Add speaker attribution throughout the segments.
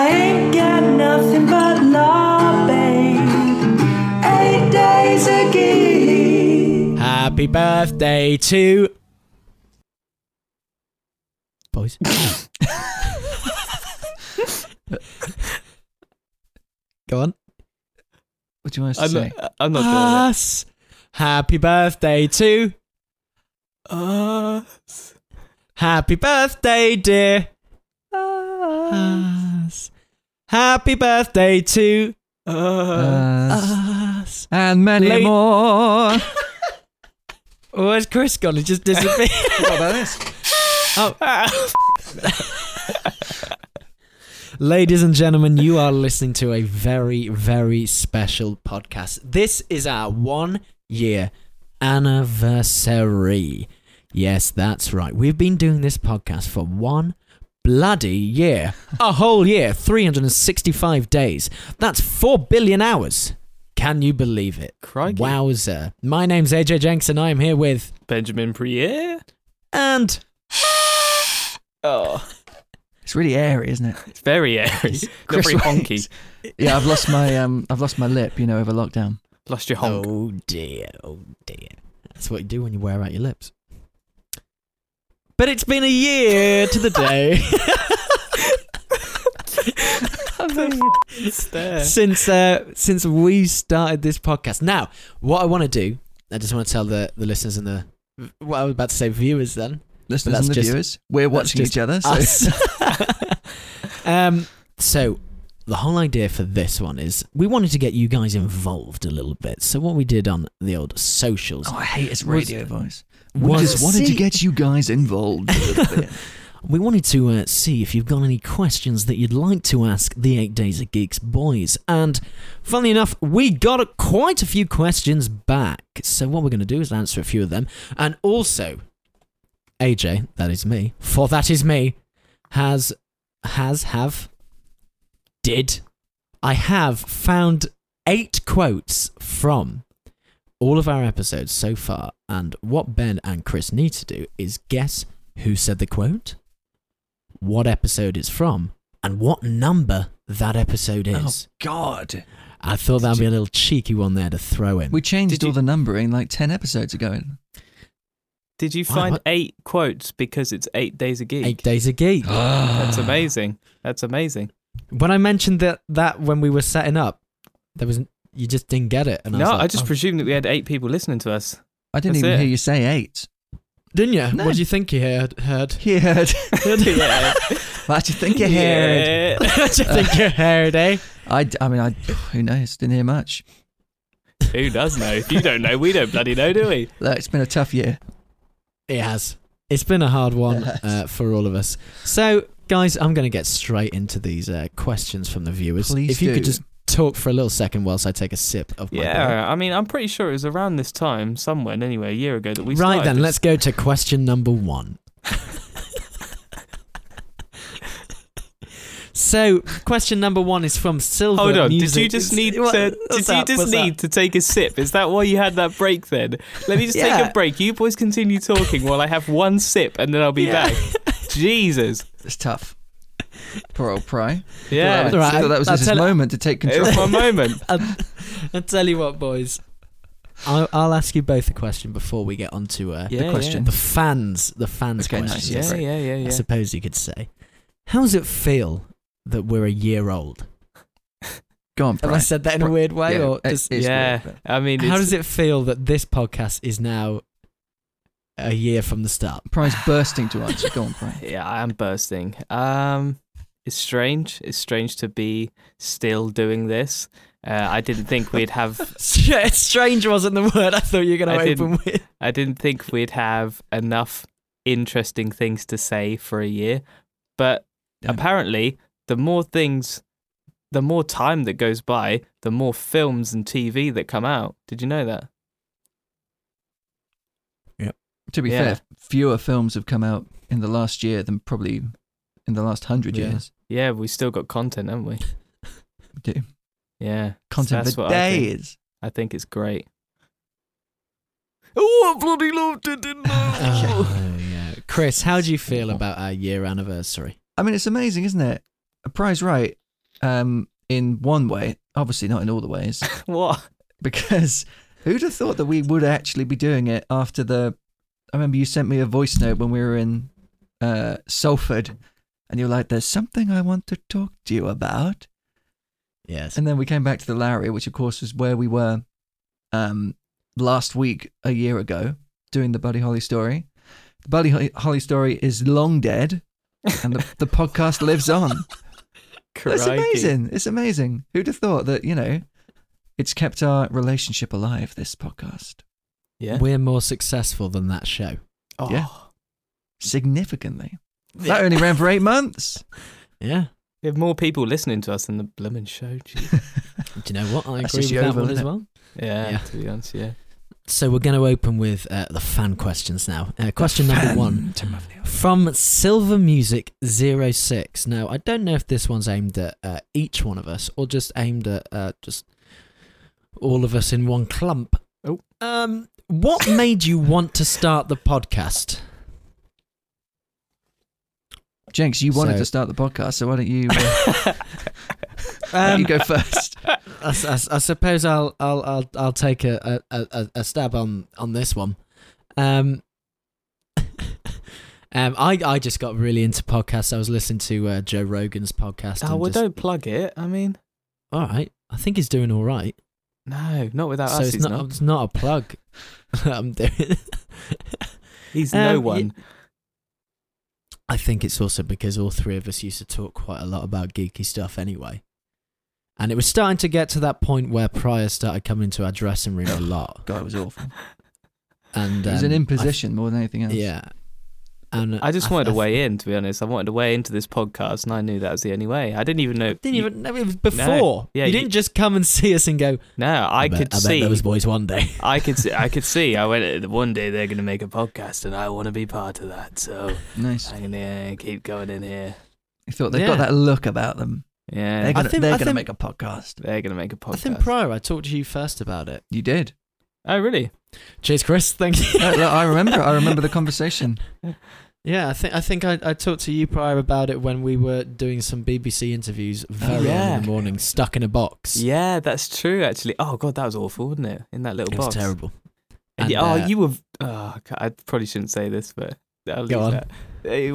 Speaker 1: Ain't got nothing but love, babe. Eight days a geek.
Speaker 2: Happy birthday to boys. Go on.
Speaker 3: What do you want us
Speaker 4: I'm
Speaker 3: to
Speaker 4: not,
Speaker 3: say?
Speaker 4: uh, I'm not doing it.
Speaker 2: Us. Happy birthday to us. Happy birthday, dear us. Happy birthday to
Speaker 3: Us.
Speaker 2: us.
Speaker 3: and many
Speaker 2: late-
Speaker 3: more. what
Speaker 2: Where's Oh, Chris gone? He just disappeared.
Speaker 3: about this?
Speaker 2: Oh. Ladies and gentlemen, you are listening to a very, very special podcast. This is our one year anniversary. Yes, that's right. We've been doing this podcast for one bloody year. A whole year, 365 days. That's 4 billion hours. Can you believe it?
Speaker 4: Crikey.
Speaker 2: Wowzer. My name's AJ Jenks, and I am here with.
Speaker 4: Benjamin Priere.
Speaker 2: And
Speaker 4: Oh,
Speaker 3: It's really airy, isn't it?
Speaker 4: it's very airy. Not
Speaker 3: Chris
Speaker 4: very honky.
Speaker 3: Waits. Yeah, I've lost my um, I've lost my lip, you know, over lockdown.
Speaker 4: Lost your honk.
Speaker 2: Oh dear, oh dear. That's what you do when you wear out your lips. But it's been a year to the day Oh.
Speaker 4: It's there.
Speaker 2: since uh, since we started this podcast. Now, what I want to do, I just want to tell the, the listeners and the what I was about to say viewers then
Speaker 3: Listeners
Speaker 2: that's
Speaker 3: and the
Speaker 2: just-
Speaker 3: viewers, we're watching
Speaker 2: just
Speaker 3: each other. So.
Speaker 2: us. um, so the whole idea for this one is we wanted to get you guys involved a little bit. So what we did on the old socials
Speaker 3: Oh, I hate his
Speaker 2: Was-
Speaker 3: radio voice. We
Speaker 2: was
Speaker 3: just wanted to
Speaker 2: see-
Speaker 3: get you guys involved. a little bit.
Speaker 2: We wanted to uh, see if you've got any questions that you'd like to ask the Eight Days of Geeks boys. And funnily enough, we got a, quite a few questions back. So, what we're going to do is answer a few of them. And also, AJ, that is me, for that is me, has, has, have, did, I have found eight quotes from all of our episodes so far. And what Ben and Chris need to do is guess who said the quote, what episode it's from, and what number that episode
Speaker 3: oh
Speaker 2: is.
Speaker 3: God!
Speaker 2: I thought that'd be a little cheeky one there to throw in.
Speaker 3: We changed
Speaker 4: Did you-
Speaker 3: all the numbering like ten episodes ago.
Speaker 4: Did you
Speaker 2: Wow,
Speaker 4: find
Speaker 2: what-
Speaker 4: eight quotes because it's eight days a geek?
Speaker 2: Eight Days a Geek.
Speaker 4: That's amazing. That's amazing.
Speaker 2: When I mentioned that that when we were setting up, there was you just didn't get it. And I
Speaker 4: no,
Speaker 2: was like,
Speaker 4: I just
Speaker 2: oh,
Speaker 4: presumed that we had eight people listening to us.
Speaker 3: I didn't
Speaker 4: That's
Speaker 3: even
Speaker 4: it.
Speaker 3: hear you say eight.
Speaker 2: didn't you?
Speaker 3: No.
Speaker 2: What do you think you heard? Heard?
Speaker 3: You heard.
Speaker 4: yeah.
Speaker 3: I just think you heard.
Speaker 2: what do you think you heard? Eh?
Speaker 3: I, d- I mean, I, who knows? Didn't hear much.
Speaker 4: Who does know? If you don't know, we don't bloody know, do we?
Speaker 3: Look, it's been a tough year.
Speaker 2: It has. It's been a hard one
Speaker 3: It has.
Speaker 2: uh, for all of us. So, guys, I'm going to get straight into these uh, questions from the viewers.
Speaker 3: Please
Speaker 2: if you could
Speaker 3: do.
Speaker 2: just talk for a little second whilst I take a sip of my beer.
Speaker 4: Yeah, I mean, I'm pretty sure it was around this time, somewhere, anyway, a year ago that we
Speaker 2: right
Speaker 4: started
Speaker 2: then,
Speaker 4: this.
Speaker 2: let's go to question number one. so, question number one is from Silver.
Speaker 4: Hold on,
Speaker 2: Music.
Speaker 4: did you just need
Speaker 2: What-
Speaker 4: to?
Speaker 2: what's
Speaker 4: Did
Speaker 2: that?
Speaker 4: you
Speaker 2: What's
Speaker 4: just
Speaker 2: that?
Speaker 4: need to take a sip? Is that why you had that break then? Let me just take
Speaker 2: Yeah.
Speaker 4: a break. You boys continue talking while I have one sip, and then I'll be
Speaker 2: Yeah.
Speaker 4: back. Jesus,
Speaker 3: It's tough. Poor old Pry. Thought
Speaker 4: yeah,
Speaker 3: that was,
Speaker 2: Right,
Speaker 3: thought that was
Speaker 2: I'll
Speaker 3: his
Speaker 2: tell-
Speaker 3: moment to take
Speaker 4: it
Speaker 3: control.
Speaker 4: was my moment.
Speaker 2: I'll tell you what, boys. I'll, I'll ask you both a question before we get on to uh,
Speaker 4: Yeah, yeah.
Speaker 3: question.
Speaker 2: the fans. The fans'
Speaker 3: Okay, nice,
Speaker 2: questions.
Speaker 3: yeah.
Speaker 4: Yeah, yeah, yeah,
Speaker 2: I
Speaker 4: yeah.
Speaker 2: suppose you could say. How does it feel that we're a year old?
Speaker 3: Go on,
Speaker 2: Have
Speaker 3: Pry.
Speaker 2: I said that in a weird way,
Speaker 3: Yeah,
Speaker 2: or
Speaker 3: it-
Speaker 2: just,
Speaker 3: it's
Speaker 4: Yeah.
Speaker 3: weird,
Speaker 4: I mean,
Speaker 2: how
Speaker 4: it's-
Speaker 2: does it feel that this podcast is now a year from the start?
Speaker 3: but Pry's bursting to answer. Go on, Pry.
Speaker 4: Yeah, I am bursting. Um, it's strange. It's strange to be still doing this. Uh, I didn't think we'd have.
Speaker 2: Strange wasn't the word I thought you were going
Speaker 4: I
Speaker 2: to open with.
Speaker 4: I didn't think we'd have enough interesting things to say for a year. But
Speaker 3: Yeah.
Speaker 4: apparently, the more things, the more time that goes by, the more films and TV that come out. Did you know that?
Speaker 3: To be
Speaker 4: Yeah.
Speaker 3: fair, fewer films have come out in the last year than probably in the last hundred
Speaker 2: Yeah.
Speaker 3: years.
Speaker 4: Yeah, we still got content, haven't we?
Speaker 3: We do.
Speaker 4: Yeah,
Speaker 3: Content
Speaker 4: That's
Speaker 3: for
Speaker 4: what I think.
Speaker 3: days.
Speaker 4: I think it's great. Oh, I bloody loved it, didn't I?
Speaker 2: Oh, yeah. Chris, how do you feel about our year anniversary?
Speaker 3: I mean, it's amazing, isn't it? Pry's right. um, in one way, obviously not in all the ways,
Speaker 4: What?
Speaker 3: because who'd have thought that we would actually be doing it after the? I remember you sent me a voice note when we were in uh, Salford, and you were like, "There's something I want to talk to you about."
Speaker 2: Yes.
Speaker 3: And then we came back to the Lowry, which of course was where we were um, last week, a year ago, doing the Buddy Holly story. The Buddy Holly- Holly story is long dead, and the, the podcast lives on. It's
Speaker 4: Crikey.
Speaker 3: amazing. It's amazing. Who'd have thought that, you know, it's kept our relationship alive, this podcast.
Speaker 4: Yeah.
Speaker 2: We're more successful than that show.
Speaker 4: Oh.
Speaker 3: yeah. Significantly. That only ran for eight months.
Speaker 2: Yeah.
Speaker 4: We have more people listening to us than the Bloomin' Show. Geez.
Speaker 2: Do you know what? I
Speaker 3: That's
Speaker 2: agree with
Speaker 3: just
Speaker 2: that
Speaker 3: Yeovil,
Speaker 2: one as
Speaker 3: isn't it?
Speaker 2: well.
Speaker 4: Yeah,
Speaker 2: Yeah.
Speaker 4: to be honest, yeah.
Speaker 2: So we're going to open with uh, the fan questions now. Uh, question number
Speaker 3: Fan
Speaker 2: one.
Speaker 3: to my view.
Speaker 2: From Silver Music 06. Now, I don't know if this one's aimed at uh, each one of us or just aimed at uh, just all of us in one clump.
Speaker 4: Oh.
Speaker 2: Um, what made you want to start the podcast?
Speaker 3: Jenks, you wanted
Speaker 2: So-
Speaker 3: to start the podcast, so why don't you, uh, why don't you go first?
Speaker 2: Um, I, s- I s- I suppose I'll I'll I'll, I'll take a, a, a, a stab on, on this one. Um, um, I I just got really into podcasts. I was listening to uh, Joe Rogan's podcast.
Speaker 4: Oh,
Speaker 2: and
Speaker 4: well,
Speaker 2: just-
Speaker 4: don't plug it. I mean,
Speaker 2: all right, I think he's doing all right.
Speaker 4: no, not without
Speaker 2: so
Speaker 4: us.
Speaker 2: it's
Speaker 4: he's
Speaker 2: not,
Speaker 4: not.
Speaker 2: it's not a plug. I'm doing.
Speaker 4: He's
Speaker 2: Um,
Speaker 4: no
Speaker 2: yeah.
Speaker 4: one.
Speaker 2: I think it's also because all three of us used to talk quite a lot about geeky stuff anyway. And it was starting to get to that point where Pryor started coming to our dressing room a lot.
Speaker 3: God, it was awful.
Speaker 2: And
Speaker 3: It was an
Speaker 2: um, I-
Speaker 3: imposition more than anything else.
Speaker 2: yeah. And
Speaker 4: I just
Speaker 2: th-
Speaker 4: wanted to
Speaker 2: th-
Speaker 4: weigh in, to be honest. I wanted to weigh into this podcast, and I knew that was the only way. I didn't even know.
Speaker 2: Didn't
Speaker 4: you-
Speaker 2: even no, it was before.
Speaker 4: Yeah,
Speaker 2: you
Speaker 4: you-
Speaker 2: didn't just come and see us and go.
Speaker 4: No, I,
Speaker 2: bet-
Speaker 4: could
Speaker 2: I
Speaker 4: see.
Speaker 2: Bet those boys one day.
Speaker 4: I could see. I could see. I went. One day they're going to make a podcast, and I want to be part of that. So
Speaker 3: Nice.
Speaker 4: I'm going to keep going in here.
Speaker 3: You thought they've
Speaker 2: Yeah.
Speaker 3: got that look about them.
Speaker 4: Yeah,
Speaker 3: They're
Speaker 2: I
Speaker 3: gonna,
Speaker 2: think-
Speaker 3: they're
Speaker 2: I
Speaker 3: gonna
Speaker 2: think-
Speaker 3: make a podcast.
Speaker 4: they're going to make a podcast.
Speaker 2: I think Pryor, I talked to you first about it.
Speaker 3: You did.
Speaker 4: oh, really?
Speaker 2: Cheers, Chris. Thank you.
Speaker 3: No, no, I remember. I remember the conversation.
Speaker 2: Yeah, I think I think I, I talked to you prior about it when we were doing some BBC interviews very early
Speaker 4: Oh, yeah.
Speaker 2: in the morning, stuck in a box.
Speaker 4: Yeah, that's true. Actually. Oh God, that was awful, wasn't it? In that little
Speaker 2: it was
Speaker 4: box.
Speaker 2: terrible.
Speaker 4: And,
Speaker 2: And,
Speaker 4: yeah, oh,
Speaker 2: uh,
Speaker 4: you were. Oh, God, I probably shouldn't say this, but I'll leave
Speaker 2: Go on.
Speaker 4: that. Eh,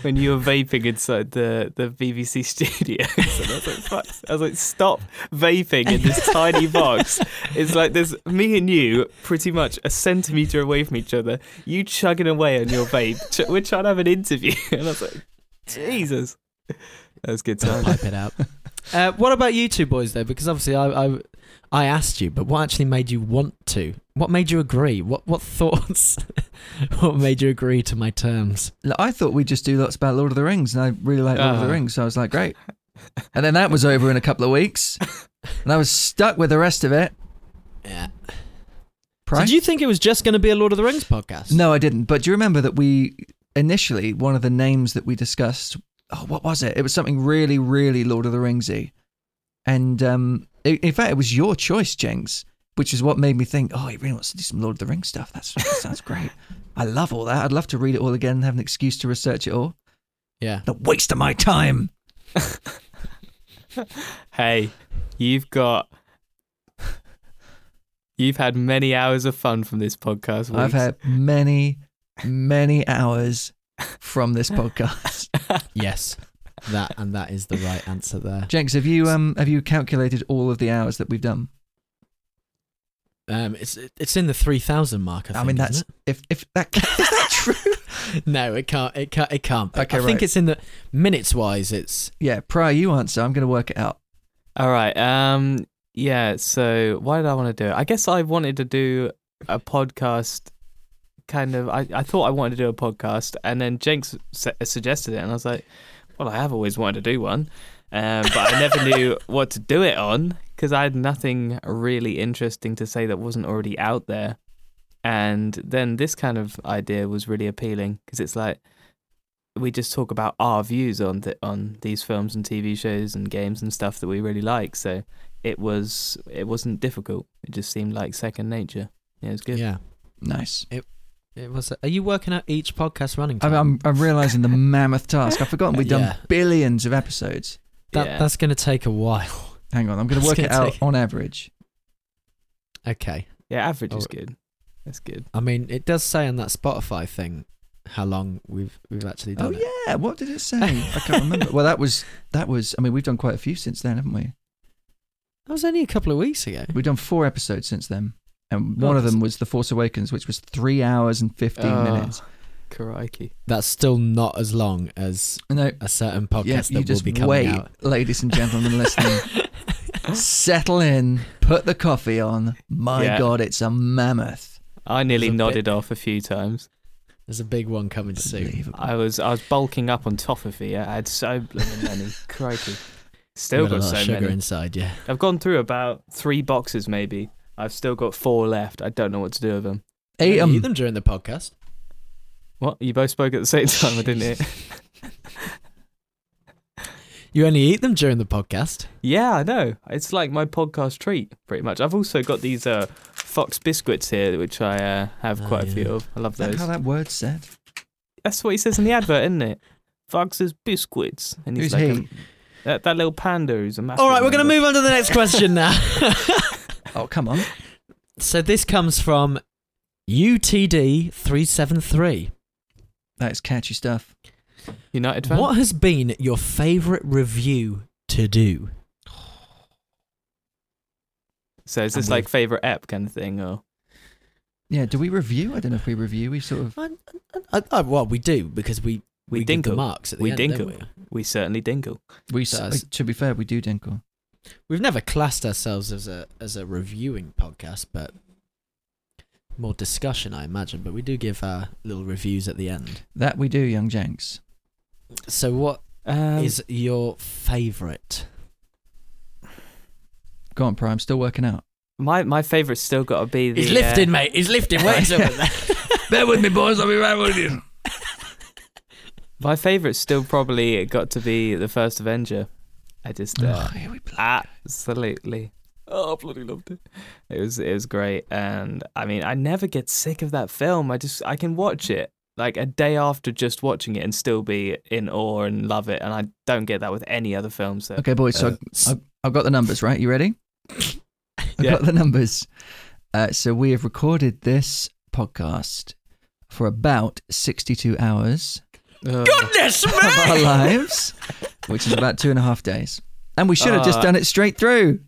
Speaker 4: when you were vaping inside the, the BBC studio, and I was like, fuck. I was like, stop vaping in this tiny box. It's like there's me and you pretty much a centimeter away from each other. You chugging away on your vape. Ch- we're trying to have an interview, and I was like, Jesus, that was good time.
Speaker 2: Pipe it out. Uh, what about you two boys though? Because obviously I, I I asked you, but what actually made you want to? What made you agree? What what thoughts? what made you agree to my terms?
Speaker 3: Look, I thought we'd just do lots about Lord of the Rings, and I really like Lord of the
Speaker 4: Ah.
Speaker 3: Rings, so I was like, great. And then that was over in a couple of weeks, and I was stuck with the rest of it.
Speaker 2: Yeah.
Speaker 3: Price?
Speaker 2: Did you think it was just going to be a Lord of the Rings podcast?
Speaker 3: No, I didn't. But do you remember that we initially one of the names that we discussed? Oh, what was it? It was something really, really Lord of the Ringsy, and um, i in fact, it was your choice, Jenks, which is what made me think. Oh, he really wants to do some Lord of the Rings stuff. That's, that sounds great. I love all that. I'd love to read it all again and have an excuse to research it all.
Speaker 2: Yeah.
Speaker 3: The waste of my time.
Speaker 4: Hey, you've got you've had many hours of fun from this podcast.
Speaker 3: I've
Speaker 4: Weeks.
Speaker 3: had many, many hours from this podcast.
Speaker 2: Yes. That and that is the right answer there.
Speaker 3: Jenks, have you um have you calculated all of the hours that we've done?
Speaker 2: Um, it's it's in the three thousand mark. I,
Speaker 3: I,
Speaker 2: think,
Speaker 3: mean,
Speaker 2: isn't
Speaker 3: that's
Speaker 2: it?
Speaker 3: if if that is that true.
Speaker 2: No, it can't. It can't. It can't. be.
Speaker 3: Okay,
Speaker 2: I think
Speaker 3: right.
Speaker 2: it's in the minutes wise. It's
Speaker 3: Yeah, prior you answer. I'm going to work it out.
Speaker 4: All right. Um. Yeah. So why did I want to do it? I guess I wanted to do a podcast. Kind of. I, I thought I wanted to do a podcast, and then Jenks su- suggested it, and I was like, "Well, I have always wanted to do one, um, but I never knew what to do it on because I had nothing really interesting to say that wasn't already out there." And then this kind of idea was really appealing because it's like we just talk about our views on th- on these films and TV shows and games and stuff that we really like. So it was it wasn't difficult. It just seemed like second nature. Yeah, it was good.
Speaker 2: yeah.
Speaker 3: Nice.
Speaker 2: It was. Are you working out each podcast running?
Speaker 3: I'm
Speaker 2: time?
Speaker 3: I'm, I'm realizing the mammoth task. I've forgotten we've done
Speaker 2: Yeah.
Speaker 3: billions of episodes.
Speaker 2: That,
Speaker 4: yeah.
Speaker 2: That's going to take a while.
Speaker 3: Hang on, I'm going to
Speaker 2: It's gonna
Speaker 3: work it out
Speaker 2: take-
Speaker 3: on average.
Speaker 2: Okay.
Speaker 4: yeah, average is
Speaker 2: Oh.
Speaker 4: good. That's good.
Speaker 2: I mean, it does say on that Spotify thing how long we've we've actually
Speaker 3: Oh
Speaker 2: done it.
Speaker 3: yeah, what did it say? I can't remember. Well, that was that was. I mean, we've done quite a few since then, haven't we?
Speaker 2: That was only a couple of weeks ago.
Speaker 3: We've done four episodes since then, and
Speaker 2: Oh,
Speaker 3: one of
Speaker 2: that's-
Speaker 3: them was The Force Awakens, which was three hours and fifteen
Speaker 4: Oh.
Speaker 3: minutes.
Speaker 4: Crikey.
Speaker 2: That's still not as long as
Speaker 3: No,
Speaker 2: a certain podcast
Speaker 3: yeah,
Speaker 2: that
Speaker 3: you
Speaker 2: will
Speaker 3: just
Speaker 2: be coming
Speaker 3: wait,
Speaker 2: out.
Speaker 3: ladies and gentlemen listening. Settle in, put the coffee on. My
Speaker 4: Yeah.
Speaker 3: God, it's a mammoth.
Speaker 4: I nearly
Speaker 2: There's a
Speaker 4: nodded off a few times.
Speaker 2: There's a big one coming soon.
Speaker 3: Unbelievable.
Speaker 4: I was I was bulking up on top of it. I had so blooming many. Crikey.
Speaker 2: Got
Speaker 4: Still
Speaker 2: a
Speaker 4: got
Speaker 2: lot of
Speaker 4: so
Speaker 2: sugar
Speaker 4: many.
Speaker 2: inside, yeah.
Speaker 4: I've gone through about three boxes maybe. I've still got four left. I don't know what to do with them.
Speaker 3: Ate 'em.
Speaker 2: Eat them during the podcast.
Speaker 4: What? You both spoke at the same time, I didn't it?
Speaker 2: You only eat them during the podcast.
Speaker 4: Yeah, I know. It's like my podcast treat, pretty much. I've also got these uh, Fox biscuits here, which I uh, have
Speaker 2: Oh,
Speaker 4: quite a
Speaker 2: yeah.
Speaker 4: few of. I love
Speaker 3: Is that
Speaker 4: those.
Speaker 3: how that word said?
Speaker 4: That's what he says in the advert, isn't it? Fox's biscuits, and he's
Speaker 3: Who's
Speaker 4: like
Speaker 3: he?
Speaker 4: A, that, that little panda who's a massive.
Speaker 2: All right, we're going to move on to the next question now.
Speaker 3: Oh, come on.
Speaker 2: so this comes from UTD373.
Speaker 3: That is catchy stuff.
Speaker 4: United fan.
Speaker 2: What has been your favourite review to do?
Speaker 4: So is this
Speaker 2: I'm with-
Speaker 4: like favorite app kind of thing, or
Speaker 3: Yeah, do we review? I don't know if we review. We sort of.
Speaker 2: I, I, I, well, we do because we
Speaker 4: We
Speaker 2: we, give the
Speaker 4: dinkle.
Speaker 2: marks at the
Speaker 4: We
Speaker 2: end. don't
Speaker 4: dinkle. we certainly dingle?
Speaker 3: We,
Speaker 2: Does.
Speaker 3: s- to be fair, we do dinkle.
Speaker 2: we? have never classed ourselves as a as a reviewing podcast, but more discussion, I imagine. But we do give our little reviews at the end.
Speaker 3: That we do, young Jenks.
Speaker 2: So, what is
Speaker 4: Um,
Speaker 2: your favourite?
Speaker 3: Go on, Prime. Still working out.
Speaker 4: my my favorite's still got to be the.
Speaker 2: He's
Speaker 4: uh,
Speaker 2: lifting, mate. He's lifting weights over there.
Speaker 3: Bear with me, boys. I'll be right with you.
Speaker 4: my favorite's still probably got to be the first Avenger. I just. Uh,
Speaker 3: Oh, here we play.
Speaker 4: Absolutely. Oh, I bloody loved it. It was it was great, and I mean, I never get sick of that film. I just I can watch it like a day after just watching it and still be in awe and love it, and I don't get that with any other film. So
Speaker 3: Okay, boys. So
Speaker 2: Uh,
Speaker 3: I, I, I've got the numbers, right? You ready? I've
Speaker 4: Yeah.
Speaker 3: got the numbers. Uh, so we have recorded this podcast for about 62 hours
Speaker 4: Uh,
Speaker 2: Goodness
Speaker 3: of our
Speaker 2: me!
Speaker 3: lives, which is about two and a half days. And we should have
Speaker 2: Ah.
Speaker 3: just
Speaker 4: Uh,
Speaker 3: done it straight through.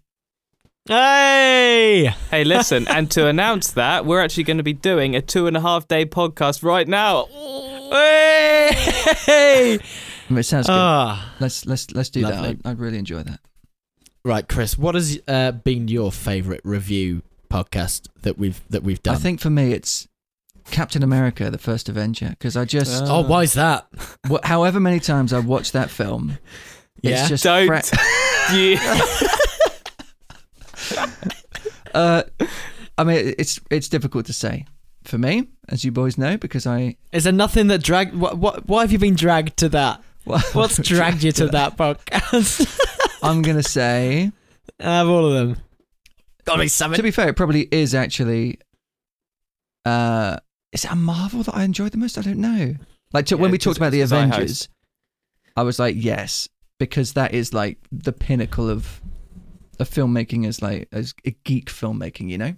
Speaker 2: Hey!
Speaker 4: hey, listen, and to announce that we're actually going to be doing a two and a half day podcast right now.
Speaker 2: Hey!
Speaker 3: I mean, It sounds good.
Speaker 2: Ah.
Speaker 3: Let's let's let's do
Speaker 2: lovely.
Speaker 3: that. I, I'd really enjoy that.
Speaker 2: Right, Chris. What has uh, been your favourite review podcast that we've that we've done?
Speaker 3: I think for me, it's Captain America: The First Avenger, because I just
Speaker 4: Uh,
Speaker 2: Oh, why's that?
Speaker 3: wh- however many times I've watched that film,
Speaker 2: Yeah.
Speaker 3: it's just
Speaker 4: Don't.
Speaker 3: fra-
Speaker 4: You-
Speaker 3: Uh, I mean, it's it's difficult to say for me, as you boys know, because I
Speaker 2: Is there nothing that dragged? What, what? Why have you been dragged to that?
Speaker 3: well,
Speaker 2: What's dragged you to that podcast?
Speaker 3: I'm gonna say.
Speaker 2: I have all of them. Gotta be
Speaker 3: To
Speaker 2: something.
Speaker 3: be fair, it probably is actually. Uh, is it a Marvel that I enjoyed the most? I don't know. Like to, when
Speaker 4: Yeah,
Speaker 3: we
Speaker 4: 'cause-
Speaker 3: talked about the
Speaker 4: 'cause I host.
Speaker 3: Avengers, I was like, yes, because that is like the pinnacle of of filmmaking as like as a geek filmmaking, you know.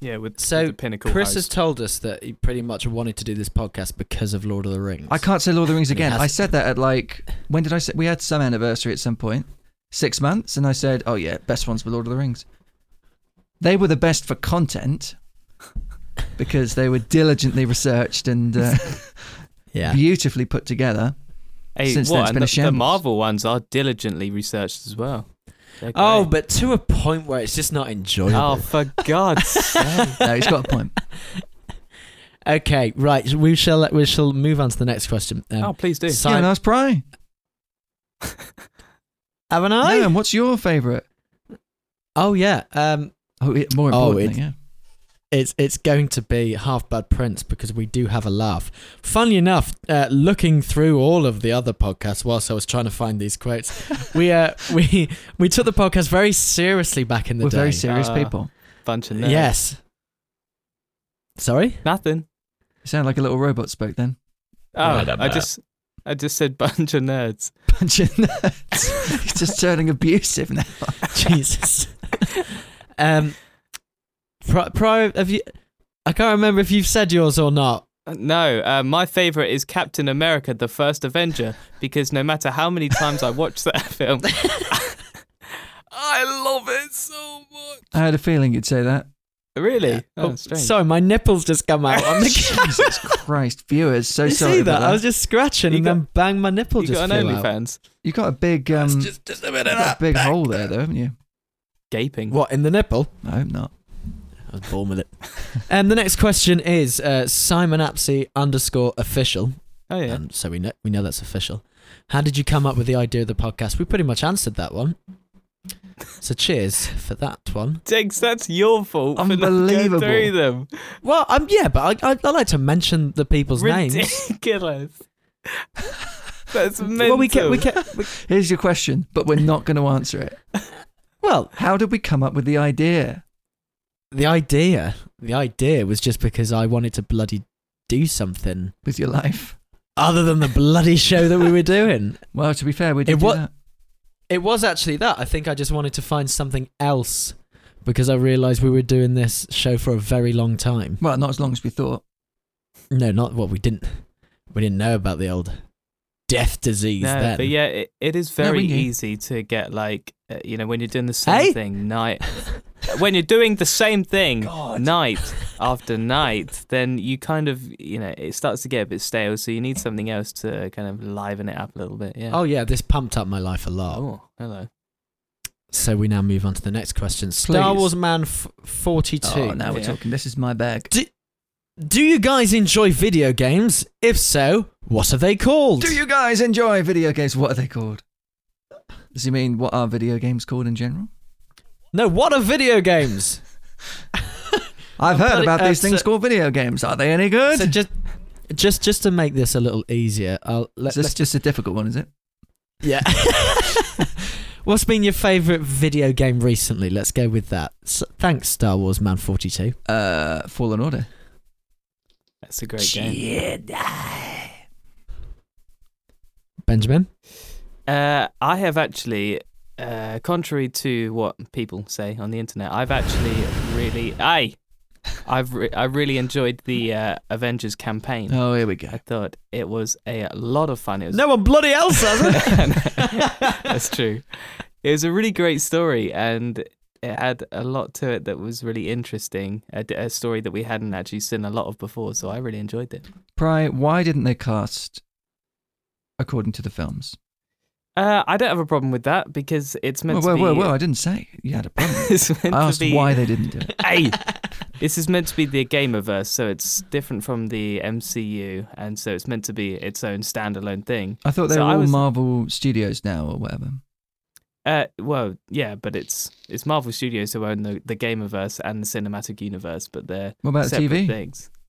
Speaker 4: yeah, with,
Speaker 2: So,
Speaker 4: with the pinnacle.
Speaker 2: Chris
Speaker 4: host.
Speaker 2: has told us that he pretty much wanted to do this podcast because of Lord of the Rings.
Speaker 3: I can't say Lord of the Rings
Speaker 2: And it
Speaker 3: again.
Speaker 2: has-
Speaker 3: I said that at like when did I say we had some anniversary at some point, six months, and I said, oh yeah, best ones were Lord of the Rings. They were the best for content because they were diligently researched and uh,
Speaker 2: Yeah.
Speaker 3: beautifully put together.
Speaker 4: Hey,
Speaker 3: Since then,
Speaker 4: what?
Speaker 3: it's
Speaker 4: and
Speaker 3: been a
Speaker 4: the, the
Speaker 3: shambles.
Speaker 4: Marvel ones are diligently researched as well. They're
Speaker 2: Oh,
Speaker 4: great.
Speaker 2: but to a point where it's just not enjoyable.
Speaker 4: oh, for God's sake!
Speaker 3: No, he's got a point.
Speaker 2: Okay, right. We shall we shall move on to the next question. Um,
Speaker 4: Oh, please do.
Speaker 2: Si-
Speaker 3: Yeah, nice pry.
Speaker 2: haven't I?
Speaker 3: Yeah, and what's your favourite?
Speaker 2: Oh yeah. Um,
Speaker 3: Oh, it, more
Speaker 2: Oh,
Speaker 3: importantly,
Speaker 2: it's-
Speaker 3: yeah.
Speaker 2: it's it's going to be half bad prince because we do have a laugh. Funnily enough, uh, looking through all of the other podcasts whilst I was trying to find these quotes, we uh, we we took the podcast very seriously back in the
Speaker 3: We're
Speaker 2: day.
Speaker 3: very serious
Speaker 4: Uh,
Speaker 3: people.
Speaker 4: Bunch of nerds.
Speaker 2: yes. Sorry.
Speaker 4: Nothing.
Speaker 3: You sound like a little robot spoke then.
Speaker 4: Oh,
Speaker 2: I don't
Speaker 4: I
Speaker 2: know.
Speaker 4: just I just said bunch of nerds.
Speaker 3: Bunch of nerds. it's just turning abusive now.
Speaker 2: Jesus. um, pri- prior, have you? I can't remember if you've said yours or not.
Speaker 4: Uh, No, uh, my favorite is Captain America: The First Avenger because no matter how many times I watch that film, I love it so much.
Speaker 3: I had a feeling you'd say that.
Speaker 4: Really?
Speaker 2: oh,
Speaker 4: Oh, strange.
Speaker 2: sorry, my nipples just come out. I'm like,
Speaker 3: Jesus Christ, viewers, so
Speaker 2: you
Speaker 3: sorry.
Speaker 2: see
Speaker 3: about
Speaker 2: that? I was just scratching
Speaker 4: You
Speaker 2: and
Speaker 4: got-
Speaker 2: then bang, my nipple
Speaker 4: you
Speaker 2: just
Speaker 4: got an
Speaker 2: fell out.
Speaker 4: OnlyFans?
Speaker 3: You got a big, um,
Speaker 2: just, just a ah, bit
Speaker 3: you got a big hole there, though, haven't you?
Speaker 4: Gaping.
Speaker 2: What in the nipple?
Speaker 3: I hope not.
Speaker 2: I was born with it. and the next question is uh, Simon Apsey underscore official.
Speaker 4: Oh yeah.
Speaker 2: Um, so we know we know that's official. How did you come up with the idea of the podcast? We pretty much answered that one. So cheers for that one.
Speaker 4: Jinx, that's your fault for not going
Speaker 3: Unbelievable.
Speaker 4: through them.
Speaker 2: Well, um, yeah, but I, I, I like to mention the people's names.
Speaker 4: Ridiculous. that's mental.
Speaker 2: Well, we kept, we kept, we,
Speaker 3: Here's your question, but we're not going to answer it.
Speaker 2: well,
Speaker 3: How did we come up with the idea?
Speaker 2: the idea, the idea was just because I wanted to bloody do something
Speaker 3: with your life.
Speaker 2: other than the bloody show that we were doing.
Speaker 3: Well, to be fair, we did
Speaker 2: It
Speaker 3: do
Speaker 2: wa-
Speaker 3: that.
Speaker 2: It was actually that. I think I just wanted to find something else because I realised we were doing this show for a very long time.
Speaker 3: Well, not as long as we thought.
Speaker 2: No, not what we didn't. We didn't know about the old death disease
Speaker 4: no,
Speaker 2: then.
Speaker 4: but yeah, it, it is
Speaker 3: No, we
Speaker 4: very
Speaker 3: knew.
Speaker 4: easy to get like uh, you know when you're doing the same
Speaker 2: Hey?
Speaker 4: thing night when you're doing the same thing night after night, then you kind of you know it starts to get a bit stale. So you need something else to kind of liven it up a little bit. Yeah.
Speaker 2: Oh yeah, this pumped up my life a lot.
Speaker 4: Oh, hello.
Speaker 2: So we now move on to the next question. Star
Speaker 3: Please.
Speaker 2: Wars Man f- 42.
Speaker 3: Oh, now we're
Speaker 4: Yeah.
Speaker 3: talking. This is my bag.
Speaker 2: Do you guys enjoy video games? If so, what are they called?
Speaker 3: Do you guys enjoy video games? What are they called? Does he mean what are video games called in general?
Speaker 2: No, what are video games?
Speaker 3: I've heard
Speaker 2: bloody-
Speaker 3: about
Speaker 2: uh,
Speaker 3: these things
Speaker 2: so-
Speaker 3: called video games. Are they any good?
Speaker 2: so just just just to make this a little easier, I'll let,
Speaker 3: Is this
Speaker 2: let's
Speaker 3: just a difficult one, is it?
Speaker 2: Yeah. What's been your favourite video game recently? Let's go with that. S thanks, Star Wars Man 42.
Speaker 3: Uh, Fallen Order.
Speaker 4: That's a great game.
Speaker 2: Benjamin?
Speaker 4: Uh, I have actually, uh, contrary to what people say on the internet, I've actually really, I, I've re- I really enjoyed the uh, Avengers campaign.
Speaker 3: Oh, here we go.
Speaker 4: I thought it was a lot of fun. It was
Speaker 2: No one bloody else has it.
Speaker 4: That's true. It was a really great story, and it had a lot to it that was really interesting. A, d- a story that we hadn't actually seen a lot of before, so I really enjoyed it.
Speaker 3: Pry, why didn't they cast according to the films?
Speaker 4: Uh, I don't have a problem with that because it's meant
Speaker 3: whoa,
Speaker 4: to be.
Speaker 3: whoa, whoa, whoa! I didn't say you had a problem.
Speaker 4: It's meant
Speaker 3: I
Speaker 4: to
Speaker 3: asked
Speaker 4: be-
Speaker 3: why they didn't do it.
Speaker 4: Hey, this is meant to be the Gamerverse, so it's different from the MCU, and so it's meant to be its own standalone thing.
Speaker 3: I thought they
Speaker 4: So
Speaker 3: were
Speaker 4: I
Speaker 3: all
Speaker 4: was-
Speaker 3: Marvel Studios now or whatever.
Speaker 4: Uh, well, yeah, but it's it's Marvel Studios who own the the Gamerverse and the cinematic universe, but they're
Speaker 3: What about the
Speaker 4: separate
Speaker 3: TV?
Speaker 4: things.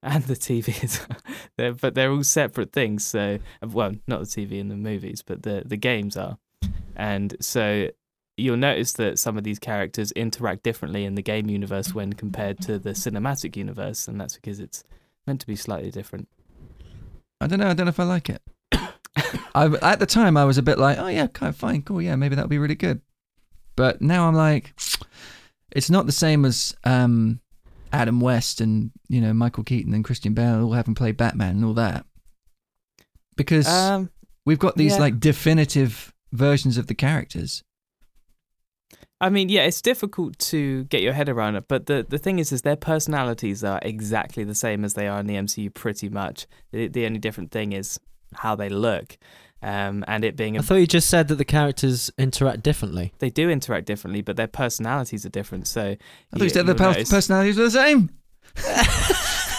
Speaker 4: And the TV is, they're, but they're all separate things. So, uh, well, not the TV and the movies, but the the games are. And so, you'll notice that some of these characters interact differently in the game universe when compared to the cinematic universe, and that's because it's meant to be slightly different.
Speaker 3: I don't know. I don't know if I like it. I, at the time, I was a bit like, oh, yeah, kind of fine, cool, yeah, maybe that'll be really good. But now I'm like, it's not the same as um, Adam West and, you know, Michael Keaton and Christian Bale all having played Batman and all that. Because
Speaker 4: Um,
Speaker 3: we've got these
Speaker 4: yeah.
Speaker 3: like definitive versions of the characters.
Speaker 4: I mean, yeah, it's difficult to get your head around it, but the, the thing is, is their personalities are exactly the same as they are in the MCU, pretty much. The, the only different thing is how they look, um, and it being
Speaker 2: I
Speaker 4: a,
Speaker 2: thought you just said that the characters interact differently.
Speaker 4: they do interact differently, but their personalities are different. So
Speaker 3: I thought you said the
Speaker 4: you'll
Speaker 3: pers-
Speaker 4: notice-
Speaker 3: personalities were the same.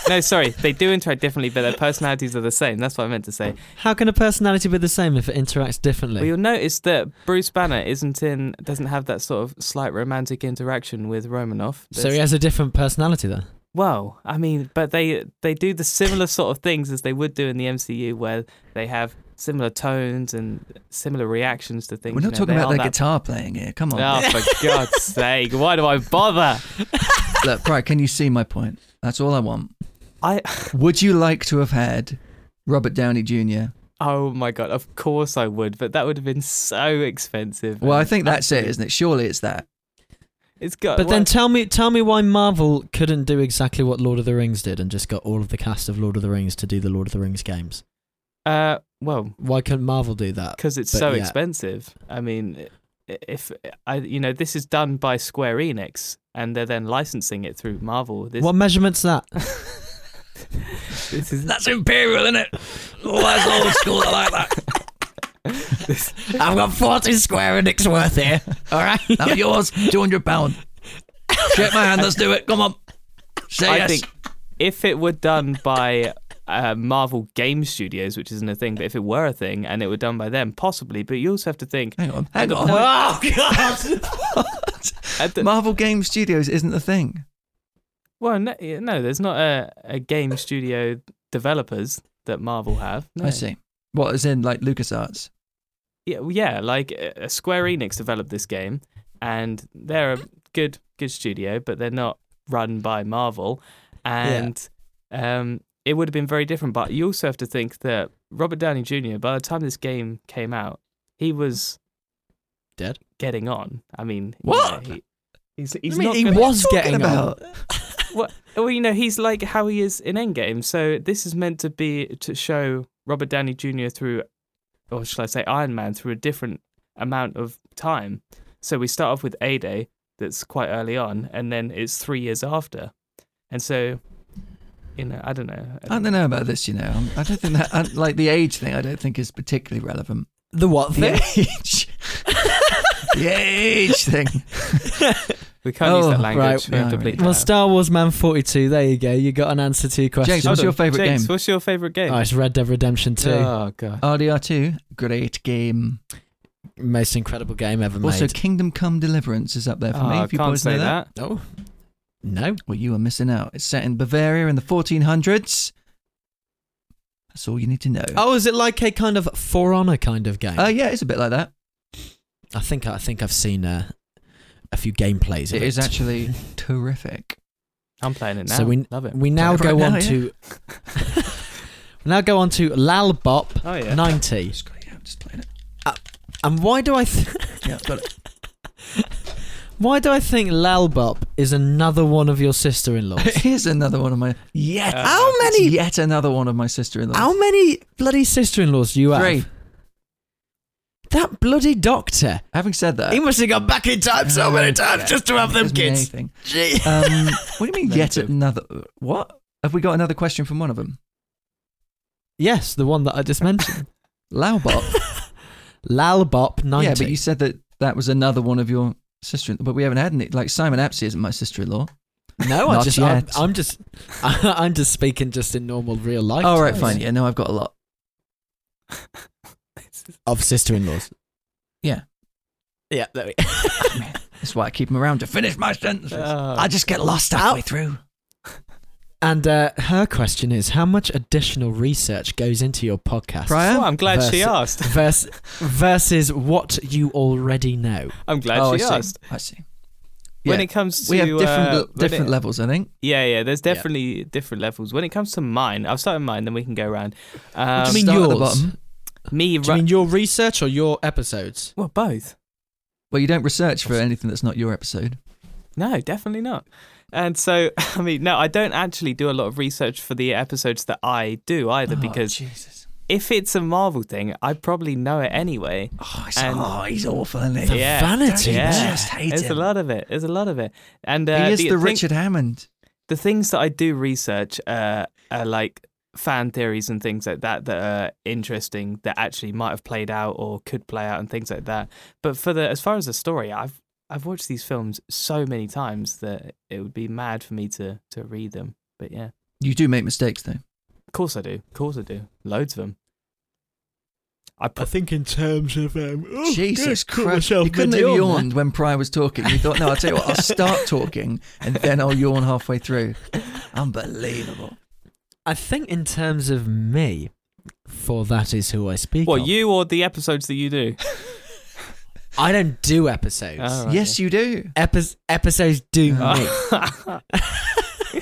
Speaker 4: no, sorry, they do interact differently, but their personalities are the same. That's what I meant to say.
Speaker 2: How can a personality be the same if it interacts differently?
Speaker 4: Well, you'll notice that Bruce Banner isn't in, doesn't have that sort of slight romantic interaction with Romanoff.
Speaker 2: so he has a different personality then.
Speaker 4: Well, I mean, but they they do the similar sort of things as they would do in the MCU, where they have similar tones and similar reactions to things.
Speaker 3: We're not
Speaker 4: you know,
Speaker 3: talking
Speaker 4: they
Speaker 3: about
Speaker 4: aren't
Speaker 3: their
Speaker 4: that-
Speaker 3: guitar playing here. Come on.
Speaker 4: Oh, for God's sake! Why do I bother?
Speaker 3: Look, right, can you see my point? That's all I want.
Speaker 4: I
Speaker 3: Would you like to have had Robert Downey Jr.
Speaker 4: Oh my god! Of course I would, but that would have been so expensive.
Speaker 3: Well, I
Speaker 4: and
Speaker 3: think that's it,
Speaker 4: absolute-
Speaker 3: isn't it? Surely it's that.
Speaker 4: It's got.
Speaker 2: But then
Speaker 4: what-
Speaker 2: tell me, tell me why Marvel couldn't do exactly what Lord of the Rings did and just got all of the cast of Lord of the Rings to do the Lord of the Rings games.
Speaker 4: uh, well,
Speaker 2: Why couldn't Marvel do that?
Speaker 4: because it's
Speaker 2: But
Speaker 4: so
Speaker 2: yeah.
Speaker 4: expensive. I mean, i- if I, you know, this is done by Square Enix, and they're then licensing it through Marvel. This,
Speaker 2: What measurement's that?
Speaker 4: this is
Speaker 3: That's imperial, isn't it? Oh, that's old school. I like that.
Speaker 2: I've got 40 Square Enix worth here. All right.
Speaker 3: Now yours, two hundred pound. Shake my hand. Let's do it. Come on. Say
Speaker 4: I
Speaker 3: yes.
Speaker 4: think if it were done by uh, Marvel Game Studios, which isn't a thing, but if it were a thing and it were done by them, possibly. But you also have to think.
Speaker 3: Hang on. Hang on.
Speaker 2: Oh, God.
Speaker 4: At uh, the,
Speaker 3: Marvel Game Studios isn't the thing.
Speaker 4: well, no, no, there's not a, a game studio developers that Marvel have. No.
Speaker 3: I see. What is in like LucasArts?
Speaker 4: Yeah, well, yeah, like uh, Square Enix developed this game, and they're a good good studio, but they're not run by Marvel, and um, it would have been very different. But you also have to think that Robert Downey Jr. by the time this game came out, he was
Speaker 2: Dead?
Speaker 4: getting on. I mean, you
Speaker 3: What?
Speaker 4: know, he- he's he's
Speaker 3: I mean,
Speaker 4: not
Speaker 3: he
Speaker 4: gonna-
Speaker 3: was
Speaker 2: What are you
Speaker 3: getting
Speaker 2: talking
Speaker 3: about.
Speaker 4: well, well, you know, he's like how he is in Endgame. So this is meant to be to show Robert Downey Jr. through, or shall I say, Iron Man through a different amount of time. So we start off with A Day, that's quite early on, and then it's three years after, and so, you know, I don't know.
Speaker 3: I don't know about this, you know. I'm- I don't think that, I- like the age thing, I don't think is particularly relevant.
Speaker 2: The what thing?
Speaker 3: The age. the age thing.
Speaker 4: We can't use
Speaker 3: Oh,
Speaker 4: that language.
Speaker 2: right,
Speaker 4: we have to
Speaker 3: no,
Speaker 4: bleep
Speaker 3: really.
Speaker 2: Well,
Speaker 4: that out.
Speaker 2: Star Wars Man 42. There you go. You got an answer to your question.
Speaker 3: James, what's
Speaker 4: Hold
Speaker 3: your
Speaker 4: on.
Speaker 3: favourite
Speaker 4: James,
Speaker 3: game?
Speaker 4: What's your favorite game?
Speaker 2: Oh, it's Red Dead Redemption 2.
Speaker 4: Oh god.
Speaker 3: RDR2, great game.
Speaker 2: Most incredible game ever
Speaker 3: Also,
Speaker 2: made.
Speaker 3: Kingdom Come Deliverance is up there for
Speaker 4: Oh,
Speaker 3: me.
Speaker 4: I
Speaker 3: If you
Speaker 4: can't
Speaker 3: boys
Speaker 4: say
Speaker 3: know that.
Speaker 4: that.
Speaker 2: Oh. No.
Speaker 3: Well, you are missing out. It's set in Bavaria in the 1400s. That's all you need to know.
Speaker 2: Oh, is it like a kind of For Honor kind of game?
Speaker 3: Uh, yeah, it's a bit like that.
Speaker 2: I think I think I've seen uh, a few gameplays. Of
Speaker 3: It is actually terrific.
Speaker 4: I'm playing it now.
Speaker 2: So we
Speaker 4: love it.
Speaker 2: we now
Speaker 3: Play it
Speaker 2: go
Speaker 3: right
Speaker 2: on
Speaker 3: now, yeah.
Speaker 2: to we now go on to Lalbop
Speaker 4: Oh yeah.
Speaker 2: ninety.
Speaker 3: Just got- yeah, I'm just playing it.
Speaker 2: And why do I th-
Speaker 3: Yeah, I've got it.
Speaker 2: why do I think Lalbop is another one of your sister-in-laws?
Speaker 3: Here's another one of my. Yet,
Speaker 4: Uh,
Speaker 2: How
Speaker 3: it's
Speaker 2: many
Speaker 3: yet another one of my sister in laws.
Speaker 2: how many bloody sister-in-laws do you have?
Speaker 3: Three.
Speaker 2: That bloody doctor.
Speaker 3: Having said that,
Speaker 2: He must have gone back in time so
Speaker 3: uh,
Speaker 2: many times just to have them
Speaker 3: doesn't mean
Speaker 2: kids.
Speaker 3: anything.
Speaker 2: Gee.
Speaker 3: Um, what do you mean, yet
Speaker 4: Negative.
Speaker 3: another? What? Have we got another question from one of them?
Speaker 2: Yes, the one that I just mentioned.
Speaker 3: Laubot.
Speaker 2: Lalbop 90.
Speaker 3: yeah, but you said that that was another one of your sister in But we haven't had any. Like, Simon Apsey isn't my sister in law.
Speaker 2: No, I
Speaker 3: Not
Speaker 2: just I'm,
Speaker 3: yet.
Speaker 2: I'm just I'm just speaking just in normal real life.
Speaker 3: All Oh, right,
Speaker 2: terms
Speaker 3: fine. Yeah, no, I've got a lot.
Speaker 2: Of sister-in-laws.
Speaker 3: Yeah.
Speaker 2: Yeah. There we
Speaker 3: That's why I keep them around to finish my sentences.
Speaker 4: Oh.
Speaker 3: I just get lost halfway through.
Speaker 2: And uh, her question is, how much additional research goes into your podcast
Speaker 3: Prior?
Speaker 4: Oh, I'm glad she
Speaker 2: Versus-
Speaker 4: asked.
Speaker 2: vers- versus what you already know?
Speaker 4: I'm glad
Speaker 3: oh,
Speaker 4: she
Speaker 3: I
Speaker 4: asked.
Speaker 3: see. I see.
Speaker 4: When
Speaker 3: Yeah.
Speaker 4: it comes to
Speaker 3: we have different
Speaker 4: uh,
Speaker 3: le-
Speaker 4: when
Speaker 3: different
Speaker 4: it-
Speaker 3: levels, I think.
Speaker 4: Yeah, yeah. There's definitely different levels. When it comes to mine, I'll start with mine, then we can go around. Um,
Speaker 2: do you mean
Speaker 3: Start at the
Speaker 2: yours?
Speaker 3: bottom.
Speaker 4: me?
Speaker 2: Do you
Speaker 4: ru-
Speaker 2: mean your research or your episodes?
Speaker 4: well, both.
Speaker 3: Well, you don't research for anything that's not your episode.
Speaker 4: No, definitely not. And so, I mean, no, I don't actually do a lot of research for the episodes that I do either,
Speaker 3: Oh,
Speaker 2: Oh,
Speaker 4: because
Speaker 3: Jesus.
Speaker 4: if it's a Marvel thing, I probably know it anyway.
Speaker 3: Oh, it's-
Speaker 4: And-
Speaker 3: oh, he's awful, isn't he?
Speaker 2: The
Speaker 4: Yeah.
Speaker 2: vanity.
Speaker 4: Yeah,
Speaker 2: there.
Speaker 3: just hate
Speaker 4: there's
Speaker 3: him.
Speaker 4: a lot of it. There's a lot of it. And uh,
Speaker 3: he is the
Speaker 4: thing-
Speaker 3: Richard Hammond.
Speaker 4: the things that I do research uh, are like fan theories and things like that that are interesting that actually might have played out or could play out and things like that. But for the as far as the story, I've I've watched these films so many times that it would be mad for me to to read them. But yeah,
Speaker 3: You do make mistakes, though.
Speaker 4: of course I do. Of course I do. Loads of them. I
Speaker 2: I
Speaker 4: put
Speaker 2: think in terms of um, oh,
Speaker 3: Jesus
Speaker 2: good, caught
Speaker 3: Christ.
Speaker 2: myself
Speaker 3: You couldn't have
Speaker 2: mid-yawn there.
Speaker 3: yawned when Pry was talking. You thought, no, I'll tell you what, I'll start talking and then I'll yawn halfway through. Unbelievable.
Speaker 2: I think in terms of me, for that is who I speak.
Speaker 4: what
Speaker 2: of.
Speaker 4: you or the episodes that you do.
Speaker 2: I don't do episodes.
Speaker 4: Oh, right,
Speaker 3: Yes, you do.
Speaker 2: Epis episodes do
Speaker 3: Ah.
Speaker 4: yeah.
Speaker 2: me.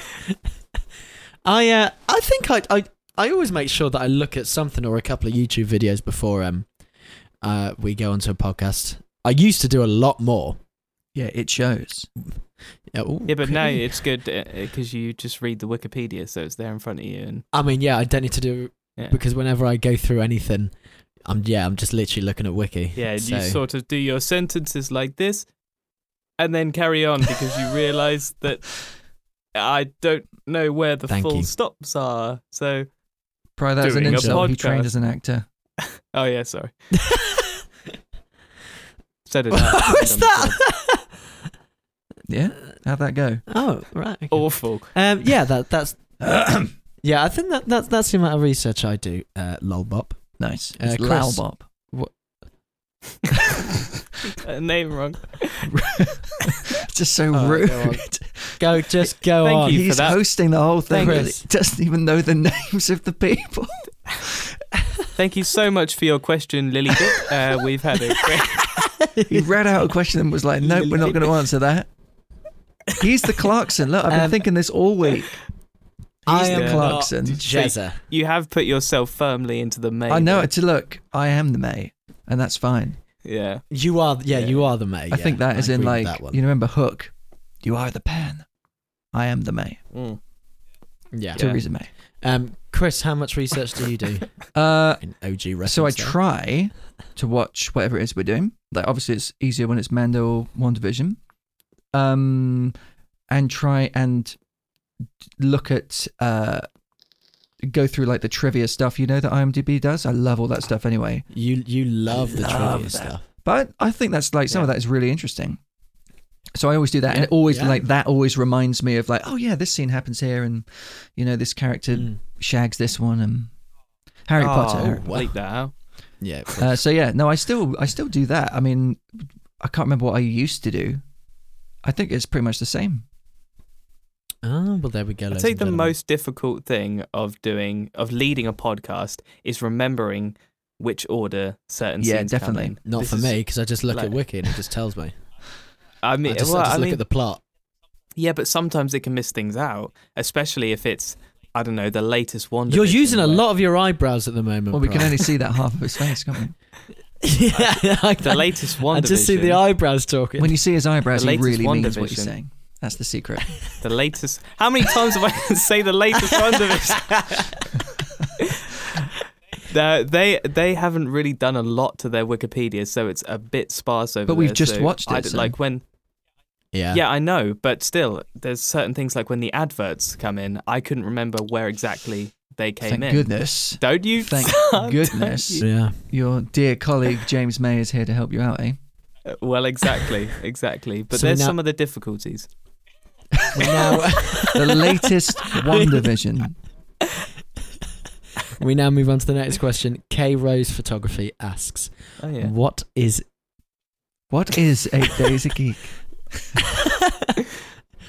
Speaker 2: I uh, I think I I I always make sure that I look at something or a couple of YouTube videos before um uh we go onto a podcast. I used to do a lot more.
Speaker 3: Yeah, it shows.
Speaker 2: Yeah, ooh,
Speaker 4: Yeah, but now
Speaker 2: okay.
Speaker 4: it's good because you just read the Wikipedia, so it's there in front of you. And
Speaker 2: I mean, yeah, I don't need to do
Speaker 4: Yeah.
Speaker 2: because whenever I go through anything, I'm yeah, I'm just literally looking at wiki.
Speaker 4: yeah, and
Speaker 2: so.
Speaker 4: you sort of do your sentences like this, and then carry on because you realise that I don't know where the
Speaker 2: Thank
Speaker 4: full
Speaker 2: you.
Speaker 4: stops are. So,
Speaker 3: Probably that was an
Speaker 4: Doing
Speaker 2: a
Speaker 3: insult. He
Speaker 4: podcast.
Speaker 3: trained as an actor.
Speaker 4: oh yeah, sorry. So did I.
Speaker 2: what was
Speaker 4: I'm sure.
Speaker 2: that?
Speaker 3: Yeah, how'd that go?
Speaker 2: oh, right. okay.
Speaker 4: Awful.
Speaker 2: Um, yeah, that that's yeah. I think that that's that's the amount of research I do. Uh, lolbop.
Speaker 3: nice.
Speaker 2: Uh,
Speaker 3: It's
Speaker 2: Chris.
Speaker 3: Lalbop.
Speaker 4: Uh, Name wrong.
Speaker 3: Just so
Speaker 2: All right,
Speaker 3: rude.
Speaker 2: go on. Go, just go
Speaker 4: Thank
Speaker 2: on.
Speaker 4: you. for
Speaker 3: He's
Speaker 4: that.
Speaker 3: hosting the whole thing.
Speaker 2: Thank
Speaker 3: and He doesn't even know the names of the people.
Speaker 4: Thank you so much for your question, Lily. Dick. Uh, we've had a great.
Speaker 3: He read out a question and was like, "Nope, we're not going to answer that." He's the Clarkson. Look, I've been
Speaker 2: Um,
Speaker 3: thinking this all week.
Speaker 2: I
Speaker 3: He's the
Speaker 2: am
Speaker 3: Clarkson.
Speaker 2: not Jezza.
Speaker 4: You have put yourself firmly into the main.
Speaker 3: I know it. To look, I am the May, and that's fine.
Speaker 4: Yeah.
Speaker 2: You are, yeah,
Speaker 4: Yeah.
Speaker 2: you are the mate.
Speaker 3: I think that is in like
Speaker 2: that one.
Speaker 3: you remember Hook. You are the Pan. I am the May.
Speaker 4: Mm.
Speaker 2: yeah.
Speaker 4: Yeah.
Speaker 3: Theresa May.
Speaker 2: Um, Chris, how much research do you do
Speaker 3: Uh,
Speaker 2: in OG wrestling?
Speaker 3: so I
Speaker 2: stuff?
Speaker 3: try to watch whatever it is we're doing. Like obviously it's easier when it's Mando or One Division. Um and try and look at uh go through like the trivia stuff you know that IMDb does. I love all that stuff anyway.
Speaker 2: You you love the
Speaker 3: Love
Speaker 2: trivia
Speaker 3: that.
Speaker 2: stuff.
Speaker 3: But I think that's like some of
Speaker 4: Yeah.
Speaker 3: that is really interesting. So I always do that and
Speaker 2: Yeah,
Speaker 3: it always
Speaker 2: yeah.
Speaker 3: like that always reminds me of like oh yeah this scene happens here and you know this character
Speaker 2: Mm.
Speaker 3: shags this one and Harry
Speaker 4: Oh,
Speaker 3: Potter.
Speaker 2: Harry Potter.
Speaker 4: bleep that out.
Speaker 2: Yeah. of
Speaker 3: Uh,
Speaker 2: course.
Speaker 3: so yeah, no, I still I still do that. I mean, I can't remember what I used to do. I think it's pretty much the same.
Speaker 2: oh, well, there we go.
Speaker 4: I
Speaker 2: ladies
Speaker 4: think
Speaker 2: and
Speaker 4: the
Speaker 2: gentlemen.
Speaker 4: most difficult thing of doing of leading a podcast is remembering which order certain
Speaker 3: Yeah,
Speaker 4: scenes come
Speaker 3: definitely.
Speaker 4: in.
Speaker 2: Not
Speaker 4: This
Speaker 2: for
Speaker 4: is-
Speaker 2: me, because I just look at
Speaker 4: like-
Speaker 2: Wiki and it just tells me.
Speaker 4: I mean,
Speaker 2: I just,
Speaker 4: well,
Speaker 2: I just
Speaker 4: I
Speaker 2: look
Speaker 4: mean
Speaker 2: at the plot.
Speaker 4: yeah, but sometimes it can miss things out, especially if it's I don't know the latest one.
Speaker 2: You're using a lot of your eyebrows at the moment.
Speaker 3: Well, we can
Speaker 2: Brian.
Speaker 3: only see that half of his face, can't
Speaker 2: yeah, I,
Speaker 4: The latest one.
Speaker 2: I just see the eyebrows
Speaker 3: we?
Speaker 2: talking.
Speaker 3: When you see his eyebrows,
Speaker 4: The
Speaker 3: he
Speaker 4: latest
Speaker 3: really means what he's
Speaker 4: WandaVision.
Speaker 3: saying. That's the secret.
Speaker 4: The latest. How many times have I say the latest WandaVision? No, they they haven't really done a lot to their Wikipedia, so it's a bit sparse over.
Speaker 3: But we've
Speaker 4: there,
Speaker 3: just
Speaker 4: so
Speaker 3: watched
Speaker 4: I
Speaker 3: it,
Speaker 4: d-
Speaker 3: so-
Speaker 4: like when,
Speaker 2: yeah.
Speaker 4: yeah. I know, but still, there's certain things like when the adverts come in, I couldn't remember where exactly they came
Speaker 3: Thank
Speaker 4: in.
Speaker 3: goodness.
Speaker 4: Don't you?
Speaker 3: Thank
Speaker 4: don't
Speaker 3: goodness.
Speaker 2: Yeah.
Speaker 3: Your dear colleague James May is here to help you out, eh?
Speaker 4: you? Well, exactly, exactly. But
Speaker 2: So
Speaker 4: there's
Speaker 2: now-
Speaker 4: some of the difficulties.
Speaker 2: We're now,
Speaker 3: The latest WandaVision.
Speaker 2: we now move on to the next question. K Rose Photography asks,
Speaker 4: Oh yeah.
Speaker 2: "What is
Speaker 3: What is Eight Days a Geek?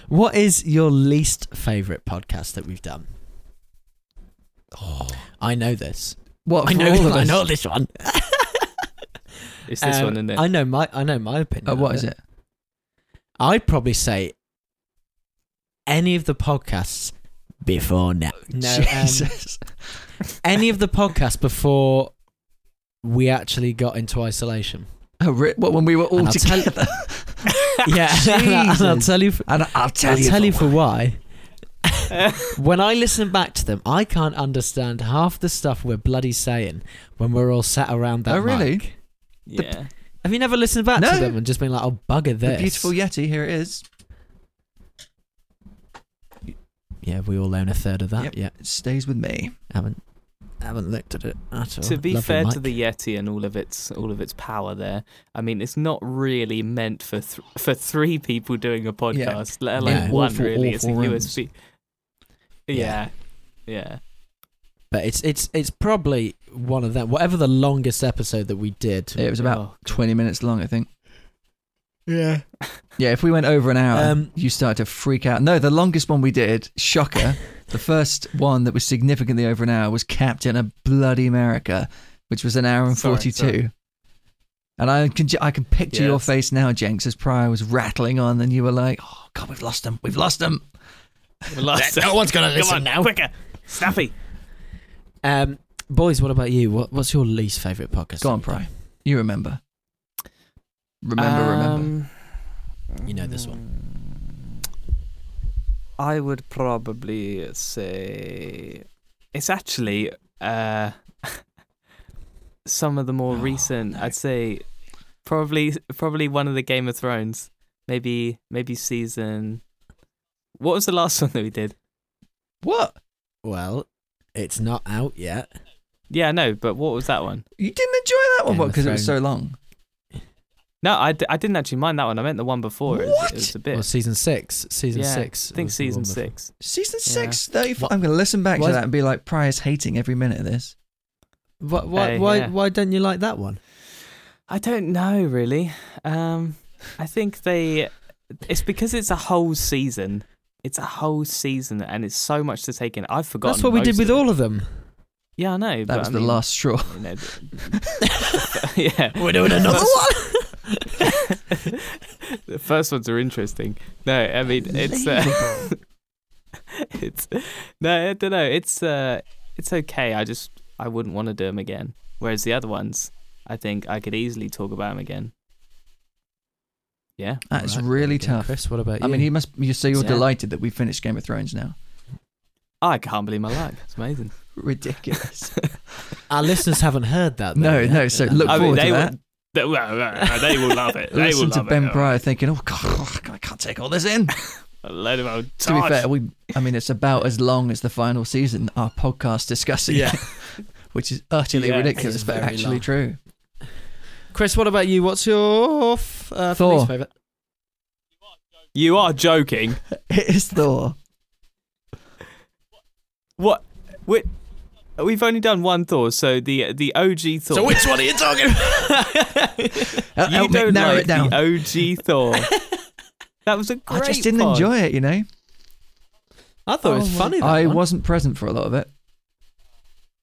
Speaker 2: what is your least favorite podcast that we've done?" I know this.
Speaker 3: What
Speaker 2: I
Speaker 3: for
Speaker 2: know.
Speaker 3: all of
Speaker 2: I
Speaker 3: us?
Speaker 2: know this one.
Speaker 4: It's this
Speaker 2: Um,
Speaker 4: one, isn't it?
Speaker 2: I know my. I know my opinion.
Speaker 3: Uh,
Speaker 2: of
Speaker 3: what is it?
Speaker 2: I'd probably say any of the podcasts before now. No, um,
Speaker 3: Jesus.
Speaker 2: any of the podcasts before we actually got into isolation.
Speaker 3: Oh, re- what when we were all
Speaker 2: um, And I'll tell-
Speaker 3: together?
Speaker 2: yeah, and I'll
Speaker 3: Jesus.
Speaker 2: tell you. For,
Speaker 3: and I'll tell
Speaker 2: I'll
Speaker 3: you.
Speaker 2: tell
Speaker 3: for
Speaker 2: you for why. when I listen back to them, I can't understand half the stuff we're bloody saying when we're all sat around that.
Speaker 3: Oh, really?
Speaker 2: mic.
Speaker 4: yeah.
Speaker 2: Have you never listened back
Speaker 3: No.
Speaker 2: to them and just been like, "Oh, bugger
Speaker 3: The
Speaker 2: this"?
Speaker 3: beautiful Yeti, here it is.
Speaker 2: Yeah, we all own a third of that.
Speaker 3: Yep.
Speaker 2: Yeah,
Speaker 3: It stays with me.
Speaker 2: haven't haven't looked at it at all.
Speaker 4: to be
Speaker 2: Oh, Lovely
Speaker 4: fair
Speaker 2: mic.
Speaker 4: to the Yeti and all of its all of its power, there, I mean, it's not really meant for th- for three people doing a podcast, let alone
Speaker 2: Yeah.
Speaker 4: one.
Speaker 3: Awful,
Speaker 4: really, it's a
Speaker 3: awful
Speaker 4: USB.
Speaker 2: Yeah.
Speaker 4: Yeah, yeah,
Speaker 2: But it's it's it's probably one of them. Whatever the longest episode that we did.
Speaker 3: It was about
Speaker 4: Oh,
Speaker 3: 20 minutes long, I think.
Speaker 2: Yeah.
Speaker 3: Yeah, if we went over an hour,
Speaker 2: Um,
Speaker 3: you started to freak out. No, the longest one we did, shocker, the first one that was significantly over an hour was Captain of Bloody America, which was an hour and
Speaker 4: Sorry,
Speaker 3: 42.
Speaker 4: sorry.
Speaker 3: And I can ju- I can picture your
Speaker 4: Yes.
Speaker 3: face now, Jenks, as Pryor was rattling on, and you were like, "Oh God, we've lost them, we've lost them."
Speaker 4: We lost it.
Speaker 2: no one's gonna
Speaker 4: Come
Speaker 2: listen
Speaker 4: on,
Speaker 2: now.
Speaker 4: quicker, snappy.
Speaker 2: Um, boys, what about you? What, what's your least favourite podcast?
Speaker 3: Go on, Pry. You remember. Remember, remember.
Speaker 2: Um, You know this one.
Speaker 4: Mm. I would probably say it's actually uh, some of the more
Speaker 3: Oh,
Speaker 4: recent.
Speaker 3: no.
Speaker 4: I'd say probably probably one of the Game of Thrones. Maybe maybe season. What was the last one that we did?
Speaker 3: What?
Speaker 2: Well, it's not out yet.
Speaker 4: Yeah, no, but what was that one?
Speaker 3: You didn't enjoy that one?
Speaker 2: Game
Speaker 3: What?
Speaker 2: of
Speaker 3: Because it was so
Speaker 2: Thrones.
Speaker 3: long.
Speaker 4: No, I, d- I didn't actually mind that one. I meant the one before. It was,
Speaker 3: What?
Speaker 4: It was a bit.
Speaker 2: Well, season six. Season
Speaker 4: yeah,
Speaker 2: six.
Speaker 4: I think
Speaker 2: was the one
Speaker 4: season
Speaker 2: before.
Speaker 4: six.
Speaker 3: Season
Speaker 4: Yeah.
Speaker 3: six, 35.
Speaker 2: What-
Speaker 3: I'm going to listen back
Speaker 2: Why
Speaker 3: to
Speaker 2: is-
Speaker 3: that and be like, Pry's hating every minute of this.
Speaker 2: Why? Why?
Speaker 4: Hey,
Speaker 2: why,
Speaker 4: yeah.
Speaker 2: why don't you like that one?
Speaker 4: I don't know really. Um, I think they. It's because it's a whole season. It's a whole season, and it's so much to take in. I've forgotten.
Speaker 2: That's what we
Speaker 4: most
Speaker 2: did with
Speaker 4: of it.
Speaker 2: all of them.
Speaker 4: Yeah, I know.
Speaker 3: That
Speaker 4: but
Speaker 3: was
Speaker 4: I
Speaker 3: the
Speaker 4: mean,
Speaker 3: last straw.
Speaker 4: You know, yeah.
Speaker 2: We're doing another one.
Speaker 4: the first ones are interesting. No, I mean it's uh, it's no, I don't know. It's uh, it's okay. I just I wouldn't want to do them again. Whereas the other ones, I think I could easily talk about them again. Yeah,
Speaker 3: That is
Speaker 2: Right, there
Speaker 3: really
Speaker 2: we go.
Speaker 3: tough.
Speaker 2: Chris, what about you?
Speaker 3: I mean, he must. You so you're
Speaker 4: Yeah.
Speaker 3: delighted that we finished Game of Thrones now.
Speaker 4: Ah, I can't believe my luck. It's amazing.
Speaker 3: Ridiculous.
Speaker 2: our listeners haven't heard that. though, Uh,
Speaker 3: no,
Speaker 2: yet.
Speaker 3: no. So look
Speaker 4: I mean,
Speaker 3: forward
Speaker 4: they
Speaker 3: to
Speaker 4: will-
Speaker 3: that.
Speaker 4: They will, they will love it. They will
Speaker 3: Listen to
Speaker 4: love
Speaker 3: Ben
Speaker 4: it.
Speaker 3: Pryor thinking, "Oh God, I can't take all this in."
Speaker 4: A load of old
Speaker 3: to be
Speaker 4: tarts.
Speaker 3: fair, we. I mean, it's about as long as the final season our podcast discussing.
Speaker 2: Yeah.
Speaker 3: it, which is utterly
Speaker 4: Yeah, it
Speaker 3: ridiculous,
Speaker 2: is
Speaker 3: but
Speaker 2: very
Speaker 3: actually
Speaker 2: long.
Speaker 3: true.
Speaker 2: Chris, what about you? What's your f- uh,
Speaker 3: Thor.
Speaker 2: least favourite?
Speaker 4: You are joking.
Speaker 3: It is Thor.
Speaker 4: What? We we've only done one Thor, so the the OG Thor.
Speaker 2: which one are you talking?
Speaker 3: Help-
Speaker 4: you
Speaker 3: help me
Speaker 4: don't
Speaker 3: narrow
Speaker 4: like
Speaker 3: it down.
Speaker 4: the OG Thor. that was a
Speaker 3: I
Speaker 4: great.
Speaker 3: just didn't
Speaker 4: pod.
Speaker 3: enjoy it, you know.
Speaker 2: I thought it was
Speaker 4: Oh,
Speaker 2: funny. That
Speaker 3: I
Speaker 2: one.
Speaker 3: wasn't present for a lot of it,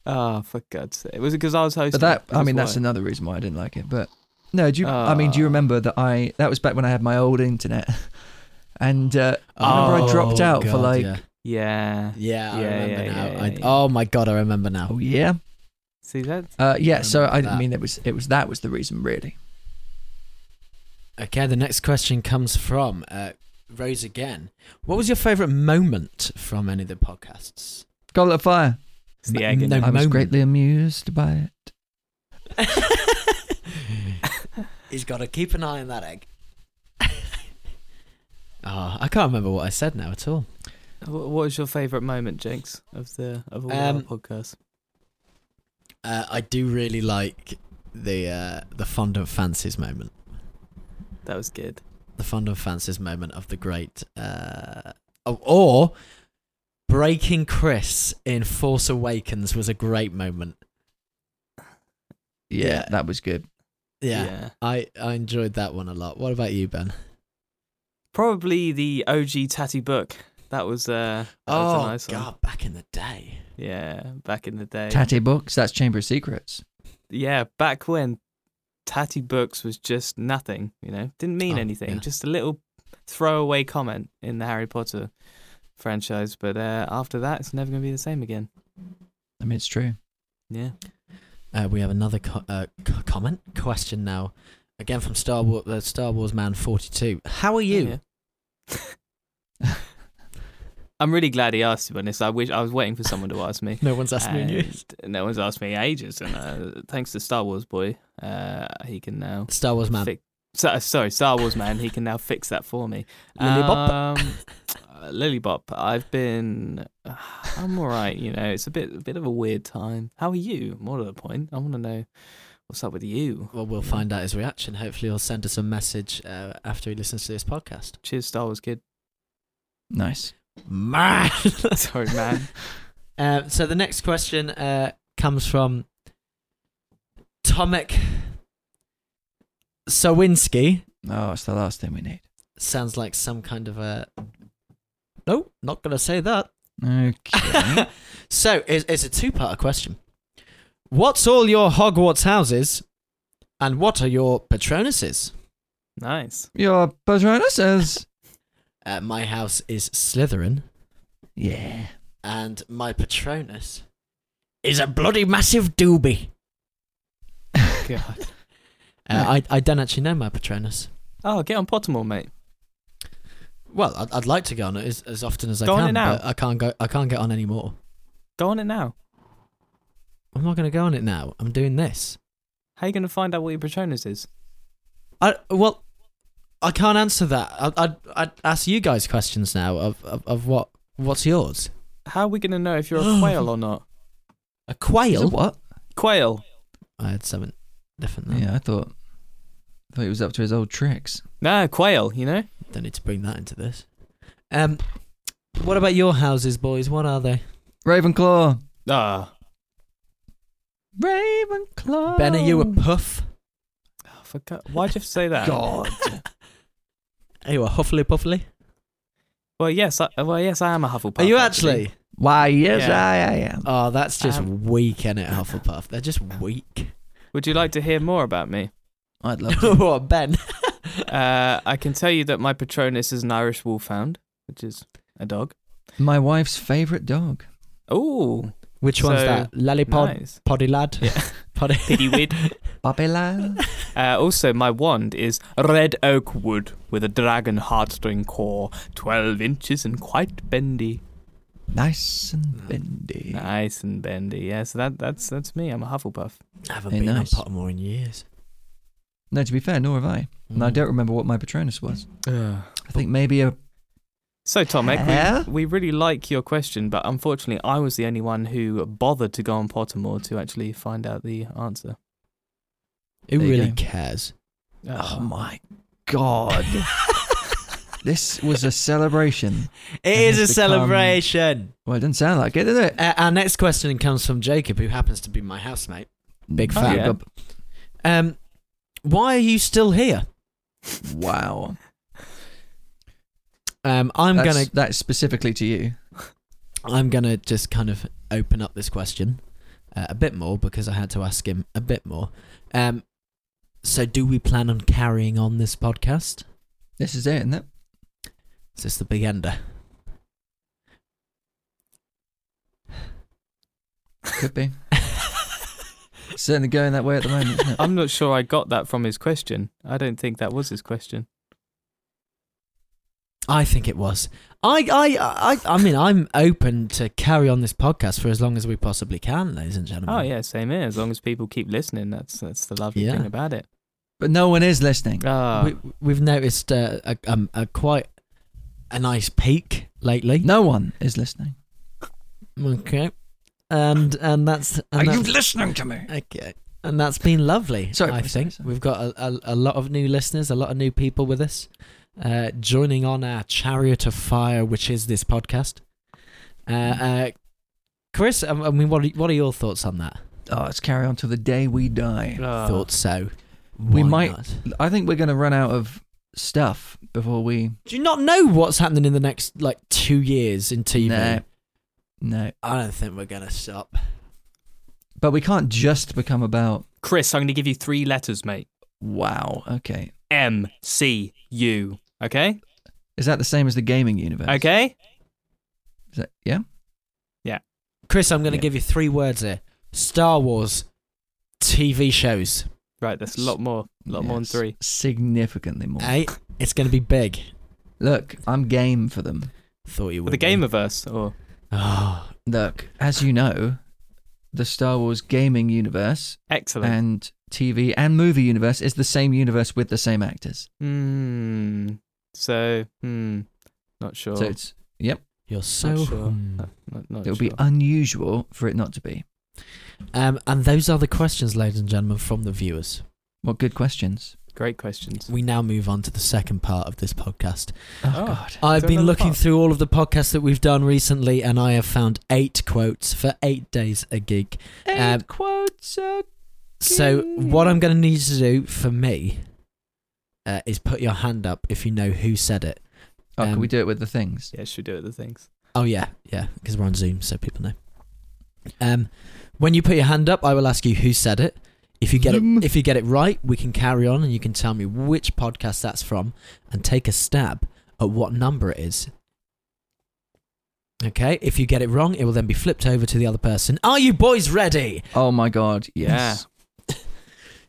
Speaker 4: Oh, for God's sake! Was it because I was hosting?
Speaker 3: but that. I
Speaker 4: That's
Speaker 3: mean, that's
Speaker 4: why.
Speaker 3: another reason why I didn't like it. But no, do you? I mean, do you
Speaker 4: Ah.
Speaker 3: remember that I? That was back when I had my old internet, and uh, I remember I dropped out for
Speaker 2: Oh, God,
Speaker 3: like.
Speaker 2: yeah,
Speaker 4: yeah.
Speaker 2: yeah, I
Speaker 4: Yeah,
Speaker 2: remember
Speaker 4: yeah,
Speaker 2: now.
Speaker 4: yeah,
Speaker 2: I,
Speaker 4: yeah.
Speaker 2: Oh my god, I remember now.
Speaker 3: Oh yeah.
Speaker 4: See that?
Speaker 3: Uh, yeah,
Speaker 2: I
Speaker 3: so I
Speaker 2: remember that.
Speaker 3: mean, it was it was that was the reason really.
Speaker 2: Okay, the next question comes from uh, Rose again. What was your favourite moment from any of the podcasts?
Speaker 3: Goblet of Fire.
Speaker 4: It's the
Speaker 2: No,
Speaker 4: egg. in
Speaker 2: no.
Speaker 4: it.
Speaker 3: I was
Speaker 2: moment.
Speaker 3: greatly amused by it.
Speaker 2: He's got to keep an eye on that egg. Ah, I can't remember what I said now at all.
Speaker 4: Wh- What was your favourite moment, Jenks, of the of all
Speaker 2: Um,
Speaker 4: our podcasts?
Speaker 2: Uh, I do really like the uh, the fondant fancies moment.
Speaker 4: That was good.
Speaker 2: the fond and fancies moment of the great uh oh, or breaking chris in force awakens was a great moment
Speaker 3: Yeah,
Speaker 2: Yeah.
Speaker 3: that was good.
Speaker 2: yeah, i i enjoyed that one a lot what about you ben
Speaker 4: Probably the OG Tatty book. That was uh. That was a nice One.
Speaker 2: Oh, god back in the day
Speaker 4: Yeah, back in the day.
Speaker 3: Tatty books. That's Chamber of Secrets.
Speaker 4: yeah, back when Tatty Books was just nothing, you know, didn't mean
Speaker 2: Oh,
Speaker 4: anything,
Speaker 2: yeah.
Speaker 4: just a little throwaway comment in the Harry Potter franchise. But uh, after that, it's never going to be the same again.
Speaker 3: I mean, it's true.
Speaker 4: Yeah.
Speaker 2: uh, we have another co- uh, c- comment question now again from star wars uh, star wars man 42 how are you
Speaker 4: Yeah. I'm really glad he asked you on this. I wish I was waiting for someone to ask me.
Speaker 2: no one's asking you
Speaker 4: And No one's asked me in ages, and uh, thanks to Star Wars boy, uh, he can now.
Speaker 2: star wars man
Speaker 4: Fix- so, sorry, Star Wars man. He can now fix that for me.
Speaker 2: Lily Bop.
Speaker 4: Um, uh, Lily Bop. I've been. I'm all right. You know, it's a bit, a bit of a weird time. How are you? More to the point, I want to know what's up with you.
Speaker 2: well we'll find out his reaction hopefully he'll send us a message uh, after he listens to this podcast
Speaker 4: Cheers, Star Wars kid.
Speaker 3: Nice.
Speaker 2: man
Speaker 4: Sorry, man.
Speaker 2: Uh, so the next question uh, comes from Tomek Sawinski.
Speaker 3: Oh, it's the last thing we need.
Speaker 2: Sounds like some kind of a. No, not going to say that.
Speaker 3: Okay.
Speaker 2: so it's, it's a two-part question. What's all your Hogwarts houses, and what are your Patronuses?
Speaker 4: nice.
Speaker 3: Your Patronus is.
Speaker 2: Uh, my house is Slytherin,
Speaker 3: Yeah.
Speaker 2: and my Patronus is a bloody massive doobie.
Speaker 4: God.
Speaker 2: Uh, I, I don't actually know my Patronus.
Speaker 4: Oh, get on Pottermore, mate.
Speaker 2: Well, I'd, I'd like to go on it as, as often as I
Speaker 4: Go on
Speaker 2: can,
Speaker 4: it now.
Speaker 2: but I can't go. I can't get on anymore.
Speaker 4: Go on it now.
Speaker 2: I'm not going to go on it now. I'm doing this.
Speaker 4: How are you going to find out what your Patronus is?
Speaker 2: I well, I can't answer that. I, I'd I'd ask you guys questions now of, of, of what what's yours?
Speaker 4: How are we going to know if you're a quail or not?
Speaker 2: A
Speaker 3: Is it
Speaker 2: quail?
Speaker 3: what?
Speaker 4: Quail.
Speaker 2: I had something different. Then.
Speaker 3: Yeah, I thought. I thought he was up to his old tricks.
Speaker 4: No, quail, you know?
Speaker 2: Don't need to bring that into this. Um, what about your houses, boys? What are they?
Speaker 3: Ravenclaw.
Speaker 4: Ah.
Speaker 3: Ravenclaw.
Speaker 2: Ben, are you
Speaker 3: Um.
Speaker 2: a puff?
Speaker 4: Oh, for God. Why'd you have to say that?
Speaker 3: God.
Speaker 2: Are you a huffly puffly?
Speaker 4: Well, yes, I, well, yes, I am a Hufflepuff.
Speaker 2: Are you actually?
Speaker 3: Why? Yes,
Speaker 4: Yeah.
Speaker 3: I, I am.
Speaker 2: Oh, that's just
Speaker 4: Um,
Speaker 2: weak, isn't it, Hufflepuff? They're just weak.
Speaker 4: Would you like to hear more about me?
Speaker 3: I'd love to.
Speaker 2: what, Ben?
Speaker 4: Uh, I can tell you that my Patronus is an Irish Wolfhound, which is a dog.
Speaker 3: My wife's favourite dog.
Speaker 4: Oh,
Speaker 2: Which one's
Speaker 4: So,
Speaker 2: that? Lollipop?
Speaker 4: nice.
Speaker 2: Poddy lad?
Speaker 4: Yeah.
Speaker 2: Poddy.
Speaker 4: Pity wid.
Speaker 3: Babylon.
Speaker 4: Uh, also, my wand is red oak wood with a dragon heartstring core, 12 inches and quite bendy.
Speaker 3: nice and bendy.
Speaker 4: Nice and bendy. Yeah, so that, that's that's me. I'm a Hufflepuff.
Speaker 2: I haven't
Speaker 3: Hey,
Speaker 2: been
Speaker 3: nice.
Speaker 2: on Pottermore in years.
Speaker 3: No, to be fair, nor have I. And I
Speaker 2: Mm.
Speaker 3: don't remember what my Patronus was. I think maybe a.
Speaker 4: So, Tom, Eck,
Speaker 3: Huh?
Speaker 4: we, we really like your question, but unfortunately, I was the only one who bothered to go on Pottermore to actually find out the answer.
Speaker 2: Who
Speaker 3: There you
Speaker 2: really
Speaker 3: go.
Speaker 2: cares?
Speaker 4: Uh,
Speaker 3: Oh my God. this was a celebration.
Speaker 2: It
Speaker 3: It
Speaker 2: is a
Speaker 3: has become-
Speaker 2: celebration.
Speaker 3: Well, it doesn't sound like it, does it?
Speaker 2: Uh, our next question comes from Jacob, who happens to be my housemate. Big
Speaker 4: Oh,
Speaker 2: fan.
Speaker 4: yeah.
Speaker 2: Um, why are you still here?
Speaker 3: Wow.
Speaker 2: Um, I'm
Speaker 3: that's,
Speaker 2: gonna
Speaker 3: that's specifically to you.
Speaker 2: I'm gonna just kind of open up this question uh, a bit more because I had to ask him a bit more. Um, so, do we plan on carrying on this podcast?
Speaker 3: This is it, isn't it?
Speaker 2: Is this the big ender?
Speaker 3: Could be. Certainly going that way at the moment, isn't it?
Speaker 4: I'm not sure I got that from his question. I don't think that was his question.
Speaker 2: I think it was. I, I, I, I mean, I'm open to carry on this podcast for as long as we possibly can, ladies and gentlemen.
Speaker 4: Oh yeah, same here. As long as people keep listening, that's that's the lovely
Speaker 2: Mm-hmm. Yeah.
Speaker 4: thing about it.
Speaker 3: But no one is listening.
Speaker 4: Ah,
Speaker 2: We, we've noticed uh, a, um, a quite a nice peak lately.
Speaker 3: No one is listening.
Speaker 2: Okay, and and that's and that's,
Speaker 3: listening to me?
Speaker 2: okay, and that's been lovely.
Speaker 3: Sorry,
Speaker 2: I
Speaker 3: sorry,
Speaker 2: think
Speaker 3: sorry.
Speaker 2: we've got a, a, a lot of new listeners, a lot of new people with us, uh, joining on our chariot of fire, which is this podcast. Uh,
Speaker 3: Hmm.
Speaker 2: uh, Chris, I, I mean, what are, what are your thoughts on that?
Speaker 3: Oh, let's carry on till the day we die.
Speaker 4: ah.
Speaker 2: Thought so.
Speaker 3: Uh, We
Speaker 2: Why
Speaker 3: might-
Speaker 2: not?
Speaker 3: I think we're going to run out of stuff before we.
Speaker 2: Do you not know what's happening in the next like two years in TV?
Speaker 3: No. No.
Speaker 2: I don't think we're gonna stop.
Speaker 3: But we can't just become about.
Speaker 4: Chris, I'm going to give you three letters, mate.
Speaker 3: Wow. Okay.
Speaker 4: M C U. Okay.
Speaker 3: Is that the same as the gaming universe?
Speaker 4: Okay.
Speaker 3: Is that, yeah.
Speaker 2: Chris, I'm going to
Speaker 3: Yeah.
Speaker 2: give you three words here: Star Wars, TV shows.
Speaker 4: Right, that's a lot more. A lot more than
Speaker 3: Yes.
Speaker 4: three.
Speaker 3: Significantly more.
Speaker 2: Hey, it's going to be big.
Speaker 3: Look, I'm game for them.
Speaker 2: Thought you would.
Speaker 4: The Gamerverse, or
Speaker 2: Oh,
Speaker 3: Look, as you know, the Star Wars gaming universe
Speaker 4: excellent.
Speaker 3: and TV and movie universe is the same universe with the same actors.
Speaker 4: Hmm. So, hmm. Not sure.
Speaker 3: So it's yep.
Speaker 2: you're so.
Speaker 4: Not sure.
Speaker 2: hmm.
Speaker 4: Uh, not, Oh, not
Speaker 3: It would
Speaker 4: sure.
Speaker 3: be unusual for it not to be.
Speaker 2: Um, and those are the questions, ladies and gentlemen, from the viewers.
Speaker 3: Well, good questions.
Speaker 4: great questions.
Speaker 2: We now move on to the second part of this podcast.
Speaker 3: Oh,
Speaker 4: Oh.
Speaker 3: God.
Speaker 2: I've
Speaker 4: there
Speaker 2: been
Speaker 4: another
Speaker 2: looking
Speaker 4: part?
Speaker 2: through all of the podcasts that we've done recently, and I have found eight quotes for eight days a gig.
Speaker 3: Eight
Speaker 2: Um,
Speaker 3: quotes. uh,
Speaker 2: So,
Speaker 3: Okay.
Speaker 2: what I'm going to need you to do for me uh, is put your hand up if you know who said it.
Speaker 3: oh,
Speaker 2: um,
Speaker 3: can we do it with the things?
Speaker 4: Yeah, should do it. The things.
Speaker 2: Oh yeah, yeah, because we're on Zoom, so people know. Um, when you put your hand up, I will ask you who said it. If you get
Speaker 3: Zoom.
Speaker 2: it, if you get it right, we can carry on, and you can tell me which podcast that's from, and take a stab at what number it is. Okay, if you get it wrong, it will then be flipped over to the other person. Are you boys ready?
Speaker 3: Oh my god, yes.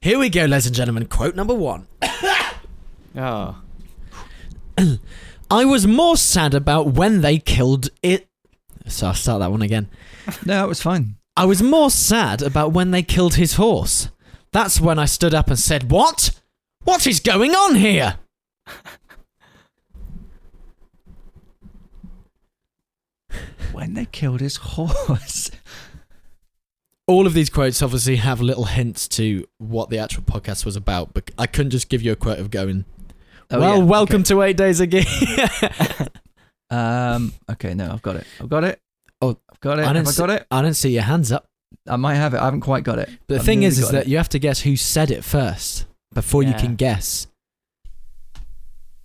Speaker 2: Here we go, ladies and gentlemen. Quote number one
Speaker 4: Yeah. Oh.
Speaker 2: I was more sad about when they killed it. So I'll start that one again.
Speaker 3: No, it was fine.
Speaker 2: I was more sad about when they killed his horse. That's when I stood up and said, What? What is going on here?
Speaker 3: When they killed his horse.
Speaker 2: All of these quotes obviously have little hints to what the actual podcast was about, but I couldn't just give you a quote of going,
Speaker 3: Oh,
Speaker 2: Well,
Speaker 3: yeah,
Speaker 2: welcome to Eight Days Again.
Speaker 3: okay. Um. Okay. No, I've got it. I've got it.
Speaker 2: Oh,
Speaker 3: I've got it.
Speaker 2: I
Speaker 3: Have I
Speaker 2: didn't
Speaker 3: got
Speaker 2: see-
Speaker 3: it?
Speaker 2: I don't see your hands up.
Speaker 3: I might have it. I haven't quite got it.
Speaker 2: But the
Speaker 3: I've
Speaker 2: thing is,
Speaker 3: nearly
Speaker 2: is
Speaker 3: got
Speaker 2: that
Speaker 3: it.
Speaker 2: you have to guess who said it first before you
Speaker 4: Yeah.
Speaker 2: can guess.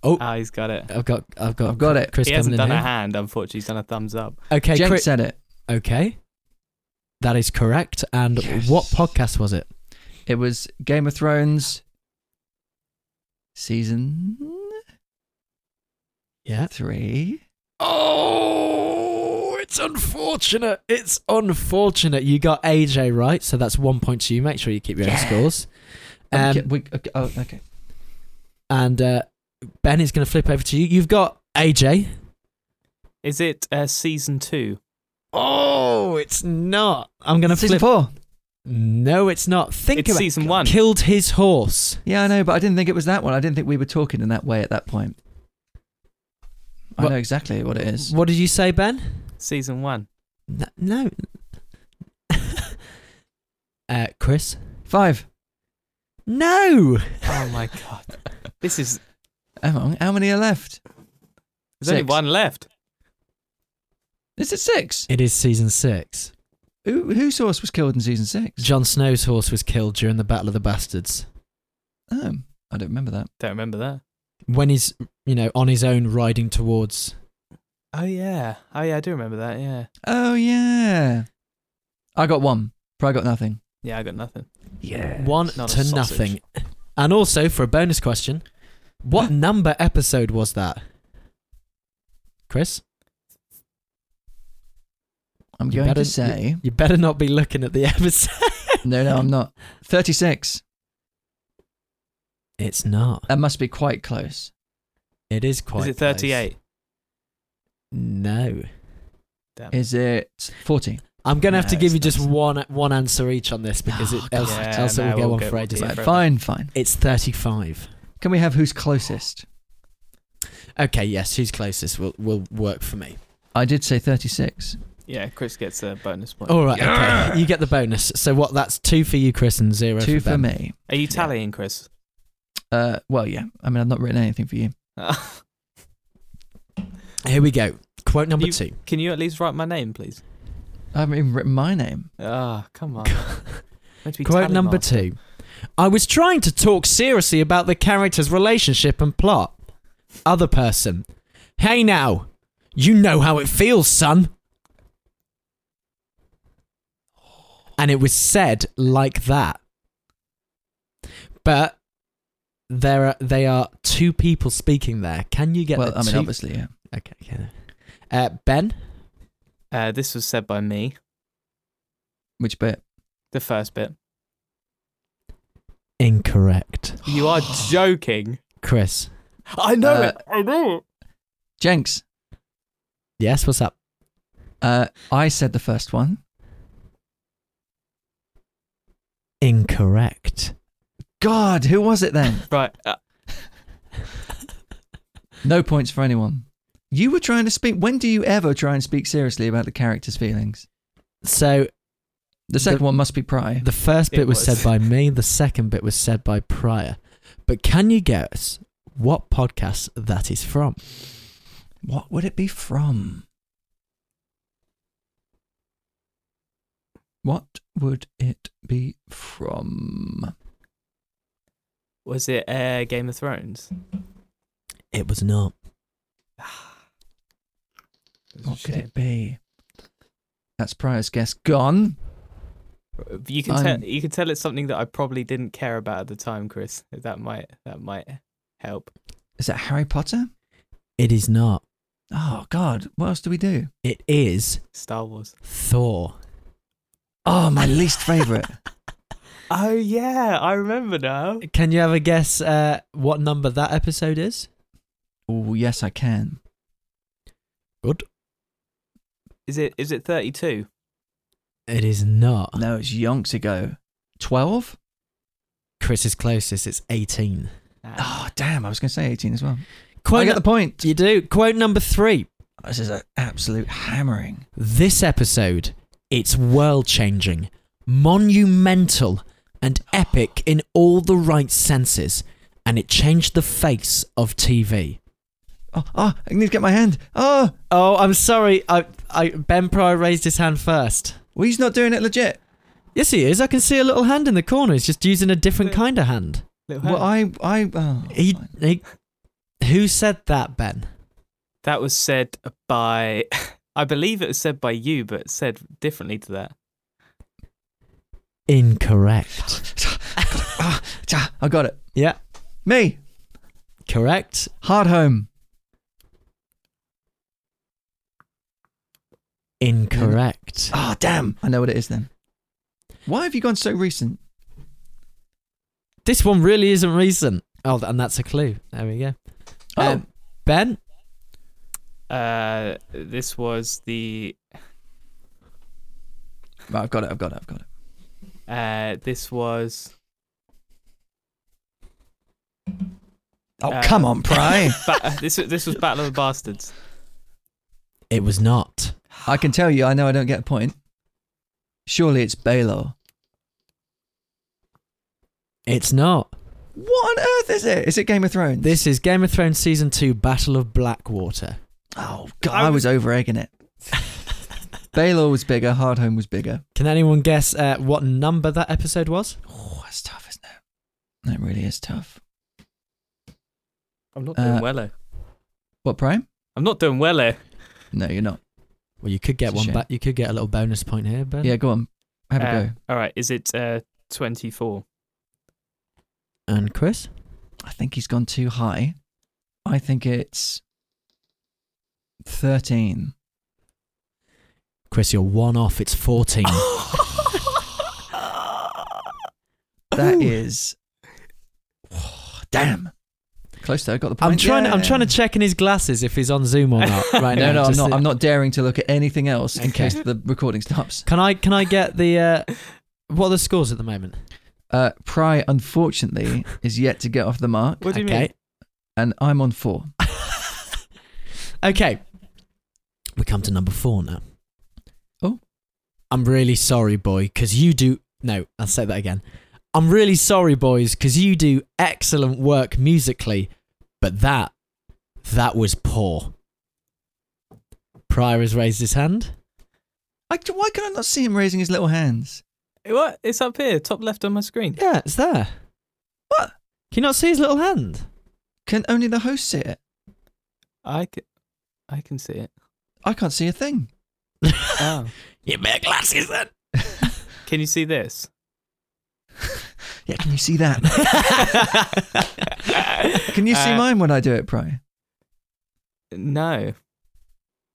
Speaker 4: Ah, he's got it.
Speaker 2: I've got, I've got,
Speaker 3: I've got it.
Speaker 2: Chris
Speaker 4: he hasn't
Speaker 2: coming
Speaker 4: done
Speaker 2: in
Speaker 4: a
Speaker 2: here.
Speaker 4: hand, unfortunately. He's done a thumbs up.
Speaker 2: Okay,
Speaker 3: Jenk
Speaker 2: Chris.
Speaker 3: said it.
Speaker 2: Okay, that is correct. And
Speaker 3: Yes.
Speaker 2: what podcast was it?
Speaker 3: It was Game of Thrones season
Speaker 2: Yeah.
Speaker 3: three.
Speaker 2: Oh, it's unfortunate. It's unfortunate. You got AJ right, so that's one point to you. Make sure you keep your own scores. Um,
Speaker 3: okay, we, okay, oh, okay.
Speaker 2: and uh, Ben is going to flip over to you. You've got AJ.
Speaker 4: Is it uh, season two?
Speaker 2: Oh, it's not. I'm going to
Speaker 3: Season
Speaker 2: flip.
Speaker 3: four.
Speaker 2: No, it's not. Think
Speaker 4: It's
Speaker 2: about
Speaker 4: season one.
Speaker 2: Killed his horse.
Speaker 3: Yeah, I know, but I didn't think it was that one. I didn't think we were talking in that way at that point. I
Speaker 2: What-
Speaker 3: know exactly what it is.
Speaker 2: What did you say, Ben?
Speaker 4: Season one.
Speaker 2: N- No. uh, Chris?
Speaker 3: Five.
Speaker 2: No.
Speaker 4: Oh my god. This is.
Speaker 3: Hang on, How many are left?
Speaker 4: There's only
Speaker 3: Six.
Speaker 4: one left.
Speaker 3: Is it six?
Speaker 2: It is season six.
Speaker 3: Who, whose horse was killed in season six?
Speaker 2: Jon Snow's horse was killed during the Battle of the Bastards
Speaker 3: Oh, I don't remember that.
Speaker 4: Don't remember that.
Speaker 2: when he's, you know, on his own riding towards.
Speaker 4: Oh yeah. Oh yeah. I do remember that. Yeah.
Speaker 3: Oh yeah. I got one. Probably got nothing.
Speaker 4: Yeah. I got nothing.
Speaker 3: Yeah.
Speaker 2: One
Speaker 4: Not a
Speaker 2: to
Speaker 4: sausage.
Speaker 2: nothing. And also, for a bonus question, what number episode was that? Chris?
Speaker 3: I'm
Speaker 2: You
Speaker 3: going
Speaker 2: better-
Speaker 3: to say
Speaker 2: You better not be looking at the episode.
Speaker 3: no, no, I'm not. Thirty-six.
Speaker 2: It's not.
Speaker 3: That must be quite close.
Speaker 2: It is quite.
Speaker 4: Is
Speaker 2: close.
Speaker 4: it thirty-eight?
Speaker 2: No.
Speaker 4: Damn.
Speaker 3: Is it forty?
Speaker 2: I'm gonna have
Speaker 3: No,
Speaker 2: to give
Speaker 3: it's
Speaker 2: you just
Speaker 3: not.
Speaker 2: one one answer each on this because it,
Speaker 3: Oh,
Speaker 2: else,
Speaker 4: Ah, God.
Speaker 2: else it will
Speaker 4: Yeah, no,
Speaker 2: go
Speaker 4: we'll
Speaker 2: on
Speaker 4: go-
Speaker 2: for
Speaker 4: we'll
Speaker 2: ages.
Speaker 4: do it.
Speaker 3: Right,
Speaker 4: forever.
Speaker 3: fine, fine.
Speaker 2: It's 35.
Speaker 3: Can we have who's closest?
Speaker 2: Okay, yes, who's closest will will work for me.
Speaker 3: I did say thirty-six.
Speaker 4: yeah. Chris gets a bonus point.
Speaker 2: All right, okay, you get the bonus. So what? That's two for you, Chris, and zero
Speaker 3: Two
Speaker 2: for,
Speaker 3: for
Speaker 2: Ben.
Speaker 3: me.
Speaker 4: Are you tallying, Chris?
Speaker 3: Uh, well, yeah. I mean, I've not written anything for you.
Speaker 2: Here we go. Quote number
Speaker 4: You-
Speaker 2: two.
Speaker 4: Can you at least write my name, please?
Speaker 3: I haven't even written my name.
Speaker 4: Ah, come on. Meant to be
Speaker 2: Quote
Speaker 4: tally
Speaker 2: number
Speaker 4: master.
Speaker 2: two. I was trying to talk seriously about the character's relationship and plot. Other person. Hey now, you know how it feels, son. And it was said like that. But there are they are two people speaking there. Can you get
Speaker 3: well,
Speaker 2: the
Speaker 3: I mean,
Speaker 2: two?
Speaker 3: obviously, yeah.
Speaker 2: Okay. okay. Uh, ben.
Speaker 4: Uh, this was said by me.
Speaker 3: Which bit?
Speaker 4: The first bit.
Speaker 2: Incorrect.
Speaker 4: You are joking.
Speaker 2: Chris.
Speaker 4: I know
Speaker 3: Uh,
Speaker 4: it. I know it.
Speaker 3: Jenks.
Speaker 2: Yes. What's up?
Speaker 3: Uh, I said the first one.
Speaker 2: Incorrect.
Speaker 3: God, who was it then?
Speaker 4: Right. Uh,
Speaker 3: no points for anyone. You were trying to speak. When do you ever try and speak seriously about the character's feelings?
Speaker 2: So
Speaker 3: The second
Speaker 2: The-
Speaker 3: one must be Pry.
Speaker 2: The first bit
Speaker 4: It
Speaker 2: was,
Speaker 4: was.
Speaker 2: said by me, the second bit was said by Pryor. But can you guess what podcast that is from?
Speaker 3: What would it be from? What would it be from?
Speaker 4: was it uh, Game of Thrones?
Speaker 2: It was not.
Speaker 3: What could it be? That's Pryor's guess gone.
Speaker 4: You can
Speaker 3: I'm-
Speaker 4: tell. You can tell it's something that I probably didn't care about at the time, Chris. That might. That might help.
Speaker 3: Is that Harry Potter?
Speaker 2: It is not.
Speaker 3: Oh God, what else do we do?
Speaker 2: It is
Speaker 4: Star Wars.
Speaker 2: Thor.
Speaker 3: Oh, my least favorite.
Speaker 4: Oh yeah, I remember now.
Speaker 2: Can you have a guess uh, what number that episode is?
Speaker 3: oh yes, I can.
Speaker 2: Good.
Speaker 4: Is it is it thirty two?
Speaker 2: It is not.
Speaker 3: No, it's yonks ago. Twelve.
Speaker 2: Chris is closest. It's 18.
Speaker 4: Ah,
Speaker 3: Oh damn, I was going to say eighteen as well.
Speaker 2: Quote
Speaker 3: I get the
Speaker 2: nu-
Speaker 3: point.
Speaker 2: you do. Quote number three.
Speaker 3: This is an absolute hammering.
Speaker 2: This episode, it's world changing, monumental, and epic in all the right senses, and it changed the face of TV.
Speaker 3: Oh, oh, I need to get my hand. Oh,
Speaker 2: Oh, I'm sorry. I, I, ben Pryor raised his hand first.
Speaker 3: well, he's not doing it legit.
Speaker 2: Yes, he is. I can see a little hand in the corner. He's just using a different kind of hand.
Speaker 3: Well, I, I, oh,
Speaker 2: He,
Speaker 3: fine.
Speaker 2: he, who said that, Ben?
Speaker 4: that was said by, I believe it was said by you, but said differently to that.
Speaker 2: Incorrect.
Speaker 3: Ah, cha, I got it.
Speaker 2: Yeah,
Speaker 3: Me,
Speaker 2: correct.
Speaker 3: hard home.
Speaker 2: Incorrect.
Speaker 3: Oh, damn. I know what it is then. Why have you gone so recent?
Speaker 2: This one really isn't recent. Oh, and that's a clue. There we go.
Speaker 3: Oh,
Speaker 2: Um, Ben,
Speaker 4: Uh, this was the
Speaker 3: right, I've got it. I've got it. I've got it.
Speaker 4: uh, this was
Speaker 3: Oh,
Speaker 4: Uh,
Speaker 3: come on, Pry.
Speaker 4: ba- this this was Battle of the Bastards.
Speaker 2: it was not.
Speaker 3: I can tell you, I know I don't get a point. Surely it's Baylor.
Speaker 2: It's not.
Speaker 3: What on earth is it? Is it Game of Thrones?
Speaker 2: This is Game of Thrones Season 2 Battle of Blackwater.
Speaker 3: Oh, God.
Speaker 4: I
Speaker 3: I was over egging it. Baylor was bigger. Hard home was bigger.
Speaker 2: Can anyone guess uh, what number that episode was?
Speaker 3: Oh, that's tough, isn't it? That really is tough.
Speaker 4: I'm not
Speaker 3: Uh,
Speaker 4: doing well. eh?
Speaker 3: What, Prime?
Speaker 4: I'm not doing well. eh?
Speaker 3: No, you're not.
Speaker 2: Well, you could get
Speaker 3: It's a
Speaker 2: one
Speaker 3: shame.
Speaker 2: back. You could get a little bonus point here, Ben.
Speaker 3: Yeah, go on. Have
Speaker 4: Uh,
Speaker 3: a go.
Speaker 4: All right, is it uh, twenty four?
Speaker 2: And Chris?
Speaker 3: I think he's gone too high. I think it's 13.
Speaker 2: Chris, you're one off. It's 14.
Speaker 3: Oh, That
Speaker 2: Ooh.
Speaker 3: is, Oh, damn. Close though. Got the point.
Speaker 2: I'm trying. I'm
Speaker 3: Yeah.
Speaker 2: trying to check in his glasses if he's on Zoom or not. Right
Speaker 3: No,
Speaker 2: now,
Speaker 3: no, I'm
Speaker 2: just
Speaker 3: not.
Speaker 2: to-
Speaker 3: I'm not daring to look at anything else in
Speaker 2: Okay.
Speaker 3: case the recording stops.
Speaker 2: Can I? Can I get the? Uh, what are the scores at the moment?
Speaker 3: Uh, Pry, unfortunately, is yet to get off the mark,
Speaker 4: What do you mean?
Speaker 2: okay.
Speaker 3: and I'm on four.
Speaker 2: okay. We come to number four now.
Speaker 3: Oh.
Speaker 2: I'm really sorry, boy, because you do. No, I'll say that again. I'm really sorry, boys, because you do excellent work musically, but that, that was poor. Pryor has raised his hand.
Speaker 3: I, why can I not see him raising his little hands?
Speaker 4: What? It's up here, top left on my screen.
Speaker 2: Yeah, it's there.
Speaker 3: What?
Speaker 2: Can you not see his little hand?
Speaker 3: Can only the host see it?
Speaker 4: I can, I can see it.
Speaker 3: I can't see a thing.
Speaker 4: Oh,
Speaker 2: You better glasses then.
Speaker 4: can you see this?
Speaker 3: Yeah, can you see that? Can you see
Speaker 4: Uh,
Speaker 3: mine when I do it, Pry?
Speaker 4: No,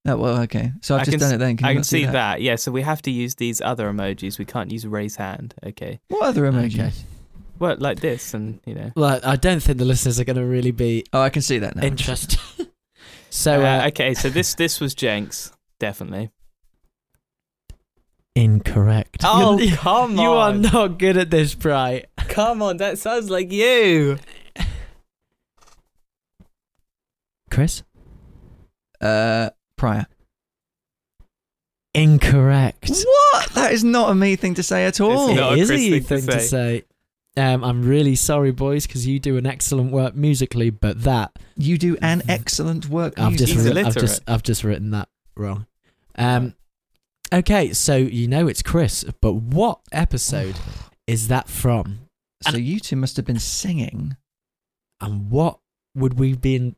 Speaker 3: Oh well, okay. So I've
Speaker 4: I
Speaker 3: just
Speaker 4: can
Speaker 3: done
Speaker 4: s-
Speaker 3: it then. Can you
Speaker 4: I can
Speaker 3: not see,
Speaker 4: see that? Yeah, so we have to use these other emojis. We can't use raise hand. Okay.
Speaker 3: What other emoji?
Speaker 2: Okay.
Speaker 4: Well, like this, and you know.
Speaker 2: Well, I don't think the listeners are going to really be
Speaker 3: Oh, I can see that now.
Speaker 2: interested. so, uh,
Speaker 4: Uh, okay, so this this was Jenks, definitely.
Speaker 2: incorrect.
Speaker 4: Oh
Speaker 2: You're-
Speaker 4: come on!
Speaker 2: you are not good at this, Bry.
Speaker 4: Come on, that sounds like you.
Speaker 2: Chris?
Speaker 3: Uh, Pryor.
Speaker 2: Incorrect.
Speaker 3: What? That is not a me thing to say at all.
Speaker 4: It's not.
Speaker 2: it
Speaker 4: a
Speaker 2: is a
Speaker 4: Chris
Speaker 2: you
Speaker 4: thing
Speaker 2: thing
Speaker 4: to
Speaker 2: to say. Um, I'm really sorry, boys, because you do an excellent work musically, but that
Speaker 3: You do an
Speaker 4: Mm-hmm.
Speaker 3: excellent work.
Speaker 2: I've just,
Speaker 4: He's
Speaker 2: writ- I've
Speaker 4: illiterate.
Speaker 2: just I've just written that wrong. Um, okay, so you know it's Chris, but what episode is that from?
Speaker 3: so you two must have been singing.
Speaker 2: and what would we be in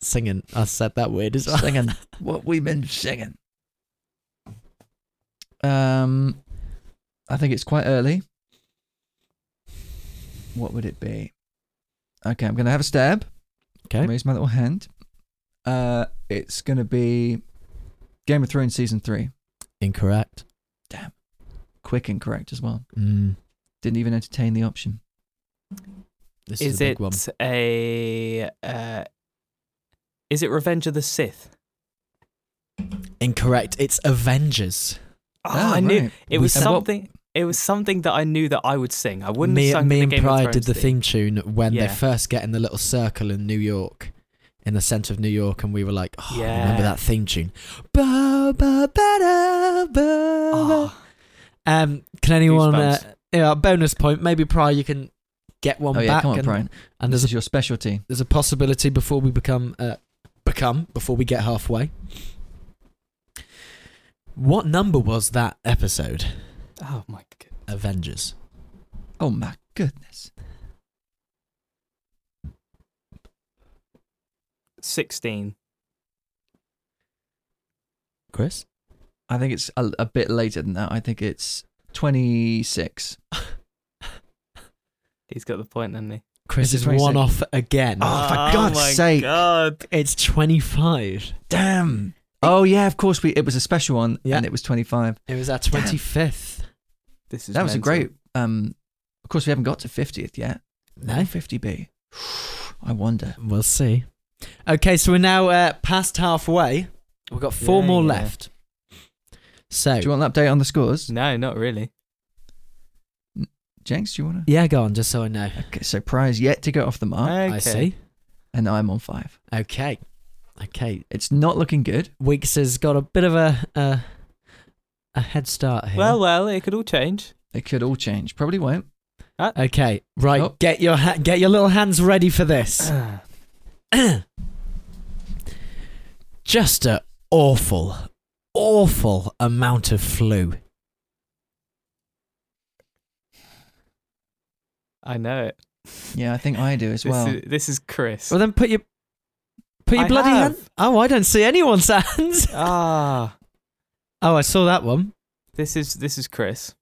Speaker 2: singing? I said that weird as well.
Speaker 3: Singing what we've been singing. Um, I think it's quite early. What would it be? Okay, I'm going to have a stab.
Speaker 2: Okay.
Speaker 3: Raise my little hand. Uh, It's going to be Game of Thrones season three.
Speaker 2: Incorrect.
Speaker 3: Quick and correct as well.
Speaker 2: Mm.
Speaker 3: Didn't even entertain the option.
Speaker 2: This is,
Speaker 4: Is
Speaker 2: a big
Speaker 4: it
Speaker 2: one.
Speaker 4: a? Uh, is it Revenge of the Sith?
Speaker 2: Incorrect. It's Avengers.
Speaker 4: Oh,
Speaker 3: Ah,
Speaker 4: I knew
Speaker 3: right.
Speaker 4: it was
Speaker 3: And what-
Speaker 4: something. It was something that I knew that I would sing. I wouldn't
Speaker 2: me,
Speaker 4: have sung
Speaker 2: me
Speaker 4: the
Speaker 2: and
Speaker 4: Game of
Speaker 2: Pride did
Speaker 4: Thrones
Speaker 2: the theme tune when they
Speaker 4: Yeah.
Speaker 2: first get in the little circle in New York, in the centre of New York, and we were like, oh, I remember
Speaker 4: Yeah.
Speaker 2: that theme tune? Ba, ba, ba, da, ba, ba.
Speaker 4: Oh,
Speaker 2: Um, can anyone? Uh,
Speaker 4: Goosebumps.
Speaker 2: yeah, bonus point. Maybe Pride, you can get one
Speaker 3: oh yeah,
Speaker 2: back.
Speaker 3: come on,
Speaker 2: and,
Speaker 3: Brian.
Speaker 2: and
Speaker 3: This
Speaker 2: there's a
Speaker 3: is your specialty.
Speaker 2: there's a possibility before we become uh, become before we get halfway. What number was that episode?
Speaker 4: oh my god!
Speaker 2: Avengers.
Speaker 3: Oh my goodness.
Speaker 4: Sixteen.
Speaker 2: Chris.
Speaker 3: I think it's a, a bit later than that. I think it's 26.
Speaker 4: He's got the point, hasn't he? Ah,
Speaker 2: Chris
Speaker 3: Is it
Speaker 2: is one
Speaker 3: 26?
Speaker 2: off again.
Speaker 3: Oh, for God's
Speaker 4: my
Speaker 3: sake.
Speaker 4: God.
Speaker 2: It's 25.
Speaker 3: Damn. Oh yeah, of course we. It was a special one,
Speaker 2: Yeah.
Speaker 3: and it was 25.
Speaker 2: It was our 25th.
Speaker 4: This is
Speaker 3: That was a
Speaker 4: mental.
Speaker 3: great. Um, of course we haven't got to 50th yet.
Speaker 2: No.
Speaker 4: Eh?
Speaker 3: Will 50 be? I wonder.
Speaker 2: We'll see. Okay, so we're now uh, past halfway. We've got four
Speaker 4: Yeah,
Speaker 2: more
Speaker 4: yeah.
Speaker 2: left. So,
Speaker 3: Do you want an update on the scores,
Speaker 4: No, not really.
Speaker 3: Jenks? Do you want to?
Speaker 2: yeah, go on, just so I know.
Speaker 3: Okay, so prize yet to go off the mark,
Speaker 4: okay.
Speaker 2: Oh, I see.
Speaker 3: and I'm on five.
Speaker 2: Okay. Okay.
Speaker 3: It's not looking good.
Speaker 2: Weeks has got a bit of a a, a head start here.
Speaker 4: Well, well, it could all change.
Speaker 3: It could all change. Probably won't.
Speaker 2: okay, right.
Speaker 3: Oh.
Speaker 2: Get your ha- get your little hands ready for
Speaker 4: Uh,
Speaker 2: this. Just a awful, awful amount of flu.
Speaker 4: I know it.
Speaker 3: Yeah, I think I do as
Speaker 4: This
Speaker 3: well.
Speaker 4: is, this is Chris.
Speaker 2: Well, then put your put your
Speaker 4: I
Speaker 2: bloody
Speaker 4: have.
Speaker 2: hand. Oh, I don't see anyone's hands.
Speaker 4: ah,
Speaker 2: Oh, I saw that one.
Speaker 4: this is this is Chris.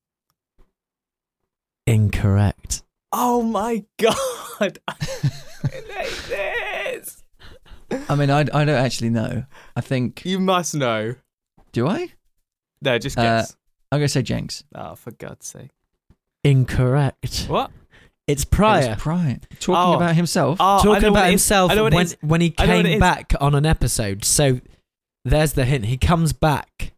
Speaker 2: Incorrect.
Speaker 4: Oh my god! Like this.
Speaker 3: I mean, I, I don't actually know. I think.
Speaker 4: You must know.
Speaker 3: Do I?
Speaker 4: No, just
Speaker 3: Uh,
Speaker 4: guess.
Speaker 3: I'm gonna say Jenks.
Speaker 4: oh, for God's sake!
Speaker 2: Incorrect.
Speaker 4: What?
Speaker 2: It's
Speaker 3: It was
Speaker 2: Pryor
Speaker 3: Pryor. Talking
Speaker 4: Oh.
Speaker 3: about himself.
Speaker 4: Oh, I
Speaker 2: talking
Speaker 4: know what
Speaker 2: about
Speaker 4: it is.
Speaker 2: himself
Speaker 4: I know what it
Speaker 2: when
Speaker 4: is.
Speaker 2: when he
Speaker 4: I know what it
Speaker 2: came
Speaker 4: is.
Speaker 2: back on an episode. So there's the hint. He comes back.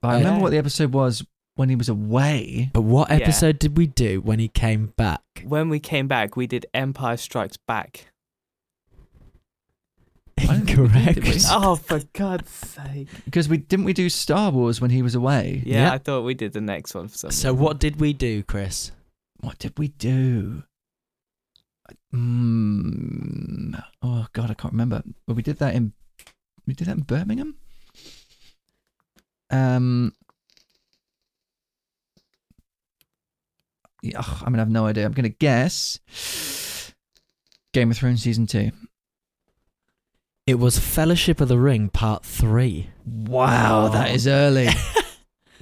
Speaker 3: But I remember
Speaker 4: Yeah.
Speaker 3: what the episode was when he was away.
Speaker 2: But what
Speaker 4: Yeah.
Speaker 2: episode did we do when he came back?
Speaker 4: When we came back, we did Empire Strikes Back.
Speaker 3: don't think we did, did we?
Speaker 2: Incorrect.
Speaker 4: Oh, for God's sake!
Speaker 3: Because we didn't we do Star Wars when he was away?
Speaker 4: Yeah,
Speaker 2: Yeah.
Speaker 4: I thought we did the next one for some.
Speaker 2: So
Speaker 4: reason.
Speaker 2: what did we do, Chris?
Speaker 3: What did we do? Mm, oh God, I can't remember. But we did that in we did that in Birmingham. Um. Yeah, ugh, I mean, I have no idea. I'm gonna guess. Game of Thrones season two.
Speaker 2: It was Fellowship of the Ring Part 3.
Speaker 3: Wow, that is early.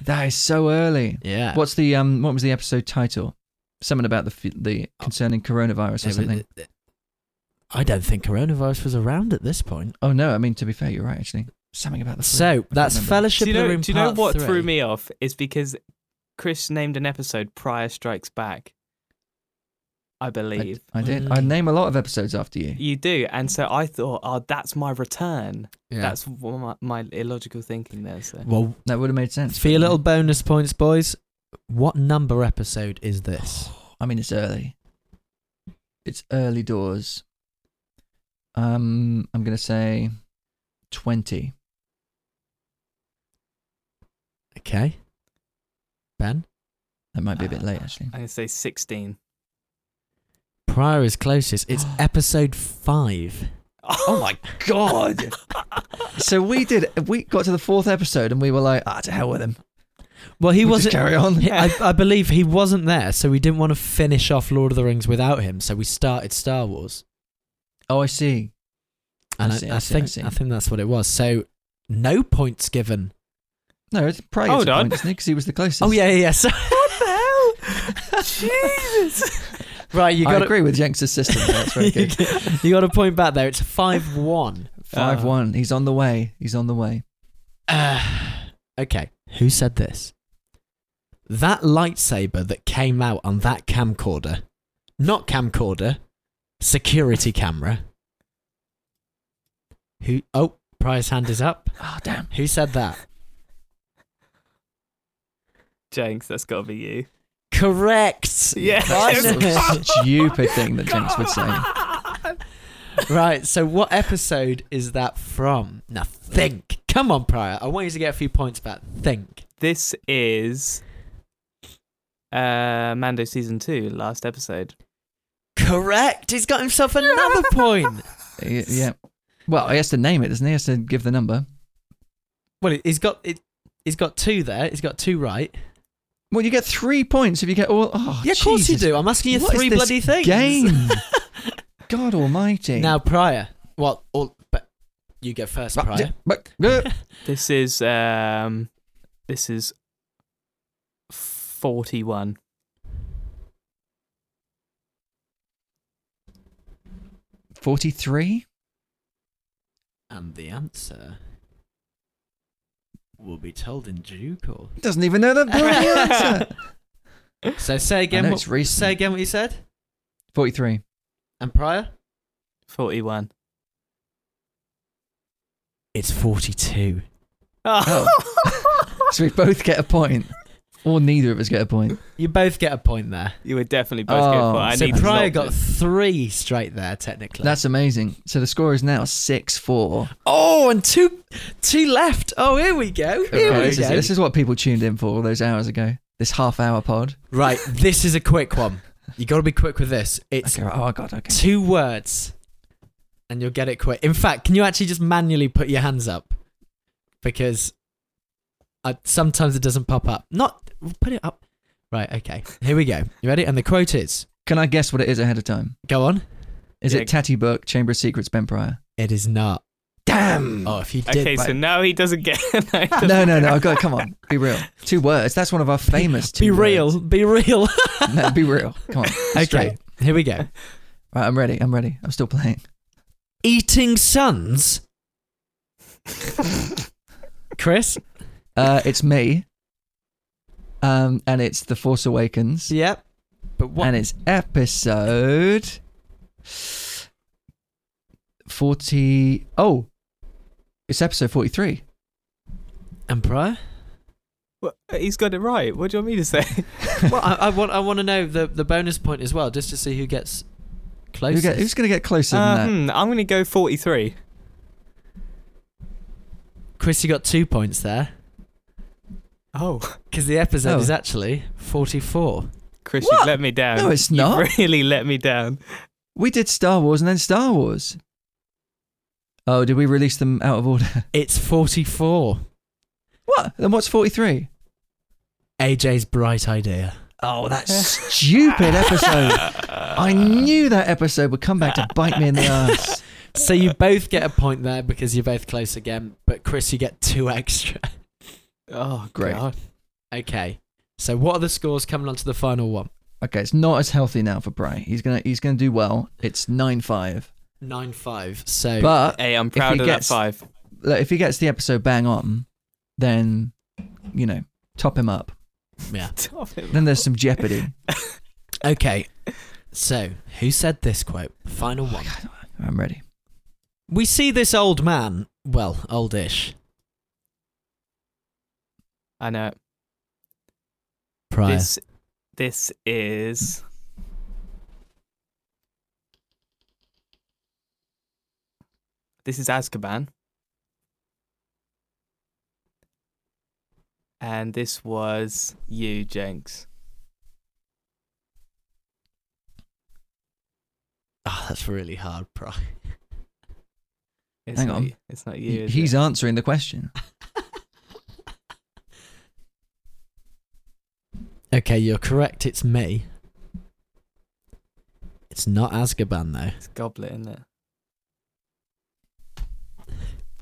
Speaker 3: that is so early.
Speaker 2: Yeah.
Speaker 3: What's the um? What was the episode title? Something about the f- the
Speaker 2: Oh.
Speaker 3: concerning coronavirus or
Speaker 2: It was-
Speaker 3: something.
Speaker 2: I don't think coronavirus was around at this point.
Speaker 3: Oh no, I mean to be fair, you're right. Actually, something about the flu. I
Speaker 2: So
Speaker 3: can't
Speaker 2: that's
Speaker 3: remember.
Speaker 2: Fellowship
Speaker 4: do
Speaker 2: of
Speaker 4: you
Speaker 2: the
Speaker 4: know?
Speaker 2: Ring
Speaker 4: Do you know
Speaker 2: Part
Speaker 4: what
Speaker 2: 3.
Speaker 4: threw me off is because Chris named an episode Prior Strikes Back. I believe.
Speaker 3: I, I did. I
Speaker 2: Mm.
Speaker 3: name a lot of episodes after you.
Speaker 4: You do, and so I thought, oh, that's my return.
Speaker 2: Yeah.
Speaker 4: That's what my, my illogical thinking there. So
Speaker 2: Well,
Speaker 3: That would have made sense.
Speaker 2: for your
Speaker 3: wouldn't
Speaker 2: little bonus points, boys, what number episode is this?
Speaker 3: it? I mean, it's early. It's early doors. Um, I'm gonna say twenty.
Speaker 2: Okay. Ben?
Speaker 3: That might be a bit late, actually.
Speaker 4: I'm gonna say 16.
Speaker 2: Pryor is closest. It's episode 5.
Speaker 4: Oh my
Speaker 3: God. so we did. We got to the fourth episode and we were like, ah, to hell with him.
Speaker 2: Well, he
Speaker 3: We'll just
Speaker 2: wasn't.
Speaker 3: carry on.
Speaker 2: he- I, I believe he wasn't there, so we didn't want to finish off Lord of the Rings without him. So we started Star Wars,
Speaker 3: Oh, I see.
Speaker 2: and I,
Speaker 3: I see,
Speaker 2: I
Speaker 3: I see, I
Speaker 2: think
Speaker 3: see.
Speaker 2: I, think that's what it was. So no points given.
Speaker 3: No, it's probably
Speaker 4: Hold
Speaker 3: Hold
Speaker 4: on.
Speaker 3: on. because he was the closest.
Speaker 2: Oh yeah, yeah. yeah. So
Speaker 4: What the hell? Jesus.
Speaker 2: right, you
Speaker 3: You I
Speaker 2: got
Speaker 3: agree with Jenks' system. That's very
Speaker 2: you,
Speaker 3: good.
Speaker 2: got- you got a point back there. It's five one.
Speaker 3: Five one. He's on the way. He's on the way.
Speaker 2: Uh, okay, who said this? That lightsaber that came out on that camcorder, not camcorder, security camera. Who? Oh, prize hand is up.
Speaker 3: Oh damn.
Speaker 2: Who said that?
Speaker 4: Jenks, that's got to be you.
Speaker 2: Correct.
Speaker 4: Yeah.
Speaker 2: Right.
Speaker 3: Stupid thing that Jenks would say.
Speaker 2: right. So, what episode is that from? Now think. Come on, Pryor. I want you to get a few points back. Think.
Speaker 4: This is uh Mando season two, last episode.
Speaker 2: Correct. He's got himself another point.
Speaker 3: Y- Yeah. Well, he has to name it, doesn't he? He has to give the number.
Speaker 2: Well, he's got it. He's got two there. He's got two right.
Speaker 3: Well, you get three points if you get all. Oh,
Speaker 2: yeah, of course you
Speaker 3: Jesus.
Speaker 2: do. I'm asking you
Speaker 3: What is
Speaker 2: three
Speaker 3: this
Speaker 2: bloody things.
Speaker 3: Game. God Almighty.
Speaker 2: Now, Pryor. Well, all, but you go first,
Speaker 3: Right,
Speaker 2: Pryor.
Speaker 3: but- uh,
Speaker 4: This is um this is forty one.
Speaker 3: Forty-three.
Speaker 2: And the answer will be told in due course.
Speaker 3: Doesn't even know the bloody answer.
Speaker 2: So say again.
Speaker 3: know
Speaker 2: What,
Speaker 3: it's recent.
Speaker 2: say again what you said.
Speaker 3: Forty-three.
Speaker 2: And Pryor.
Speaker 4: Forty one.
Speaker 2: It's forty-two.
Speaker 4: Oh.
Speaker 3: So we both get a point, or neither of us get a point.
Speaker 2: You both get a point there.
Speaker 4: you were definitely both good
Speaker 3: Oh,
Speaker 4: for it. I
Speaker 2: so
Speaker 4: need to
Speaker 2: Pryor
Speaker 4: stop
Speaker 2: got
Speaker 4: this.
Speaker 2: three straight there, technically.
Speaker 3: That's amazing. So the score is now six-four.
Speaker 2: oh, and two, two left. Oh, here we go. Here we
Speaker 3: This
Speaker 2: go.
Speaker 3: is, this is what people tuned in for all those hours ago. This half-hour pod.
Speaker 2: Right, this is a quick one. You got to be quick with this. It's
Speaker 3: Okay. right. Oh God. Okay.
Speaker 2: two words, and you'll get it quick. In fact, can you actually just manually put your hands up? Because I, sometimes it doesn't pop up. Not put it up. Right. Okay. Here we go. You ready? And the quote is:
Speaker 3: Can I guess what it is ahead of time?
Speaker 2: "Go on."
Speaker 3: Is
Speaker 4: Yeah.
Speaker 3: it Tatty Book, Chamber of Secrets, Ben Pryor?
Speaker 2: It is not.
Speaker 3: Damn.
Speaker 2: Oh, if you did.
Speaker 4: Okay, so
Speaker 3: mate.
Speaker 4: now he doesn't get no, he doesn't-
Speaker 3: No, no, no. God, come on. Be real. Two words. That's one of our famous two
Speaker 2: be
Speaker 3: words.
Speaker 2: real. Be real.
Speaker 3: No, be real. Come on.
Speaker 2: okay.
Speaker 3: Straight.
Speaker 2: Here we go.
Speaker 3: Right, I'm ready. I'm ready. I'm still playing.
Speaker 2: Eating sons. Chris.
Speaker 3: Uh, it's me. Um, and it's The Force Awakens.
Speaker 2: Yep. But what?
Speaker 3: And it's episode 40. Oh, it's episode 43.
Speaker 2: and Pryor.
Speaker 4: Well, he's got it right. What do you want me to say?
Speaker 2: well, I, I want I want to know the, the bonus point as well, just to see who gets
Speaker 3: Who
Speaker 2: closest.
Speaker 3: get- who's going to get closer than
Speaker 4: Uh,
Speaker 3: that?
Speaker 4: hmm, I'm going to go 43.
Speaker 2: Chris, you got two points there
Speaker 4: Oh,
Speaker 2: because the episode
Speaker 3: Oh.
Speaker 2: is actually forty-four.
Speaker 4: Chris,
Speaker 3: What?
Speaker 4: you've let me down.
Speaker 3: No, it's not.
Speaker 4: You've really let me down.
Speaker 3: We did Star Wars and then Star Wars. Oh, did we release them out of order?
Speaker 2: It's forty-four.
Speaker 3: What? Then what's 43?
Speaker 2: AJ's bright idea.
Speaker 3: Oh, that stupid episode. I knew that episode would come back to bite me in the ass.
Speaker 2: So you both get a point there because you're both close again, but Chris, you get two extra.
Speaker 4: Oh,
Speaker 3: Great.
Speaker 4: God.
Speaker 2: Okay. So what are the scores coming on to the final one?
Speaker 3: Okay, it's not as healthy now for Bry. He's gonna he's gonna do well. It's nine five.
Speaker 2: Nine five. So
Speaker 3: But
Speaker 4: Hey, I'm
Speaker 3: he
Speaker 4: proud of
Speaker 3: gets-
Speaker 4: that five.
Speaker 3: look, if he gets the episode bang on, then you know, top him up.
Speaker 2: yeah.
Speaker 3: Then there's some jeopardy.
Speaker 2: Okay. So who said this quote? Final one.
Speaker 3: I'm ready.
Speaker 2: We see this old man, well, oldish,
Speaker 4: I know. it.
Speaker 2: prior.
Speaker 4: This, this is. This is Azkaban. And this was you, Jenks.
Speaker 2: Oh, that's really hard, Pry.
Speaker 4: It's
Speaker 3: Hang
Speaker 4: not
Speaker 3: on.
Speaker 4: you- It's not you.
Speaker 3: He-
Speaker 4: is
Speaker 3: He's
Speaker 4: it?
Speaker 3: answering the question.
Speaker 2: Okay, you're correct. It's me. It's not Azkaban, though.
Speaker 4: It's Goblet, isn't it?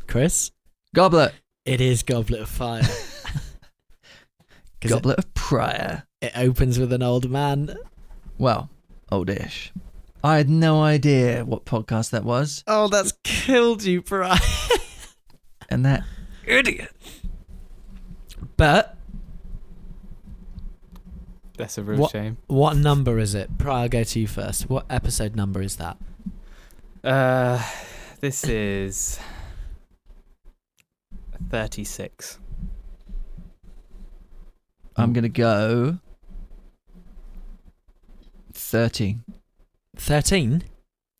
Speaker 2: Chris?
Speaker 3: Goblet.
Speaker 2: It is Goblet of Fire. 'Cause it-
Speaker 3: Goblet of Prior.
Speaker 2: It, opens with an old man.
Speaker 3: Well, oldish. I had no idea what podcast that was,
Speaker 2: Oh, that's killed you, Brian.
Speaker 3: and that
Speaker 2: Idiot. But
Speaker 4: That's a real
Speaker 2: What-
Speaker 4: shame.
Speaker 2: what number is it? Brian, I'll go to you first. What episode number is that?
Speaker 4: Uh, this is thirty-six.
Speaker 3: I'm gonna go thirty.
Speaker 2: 13?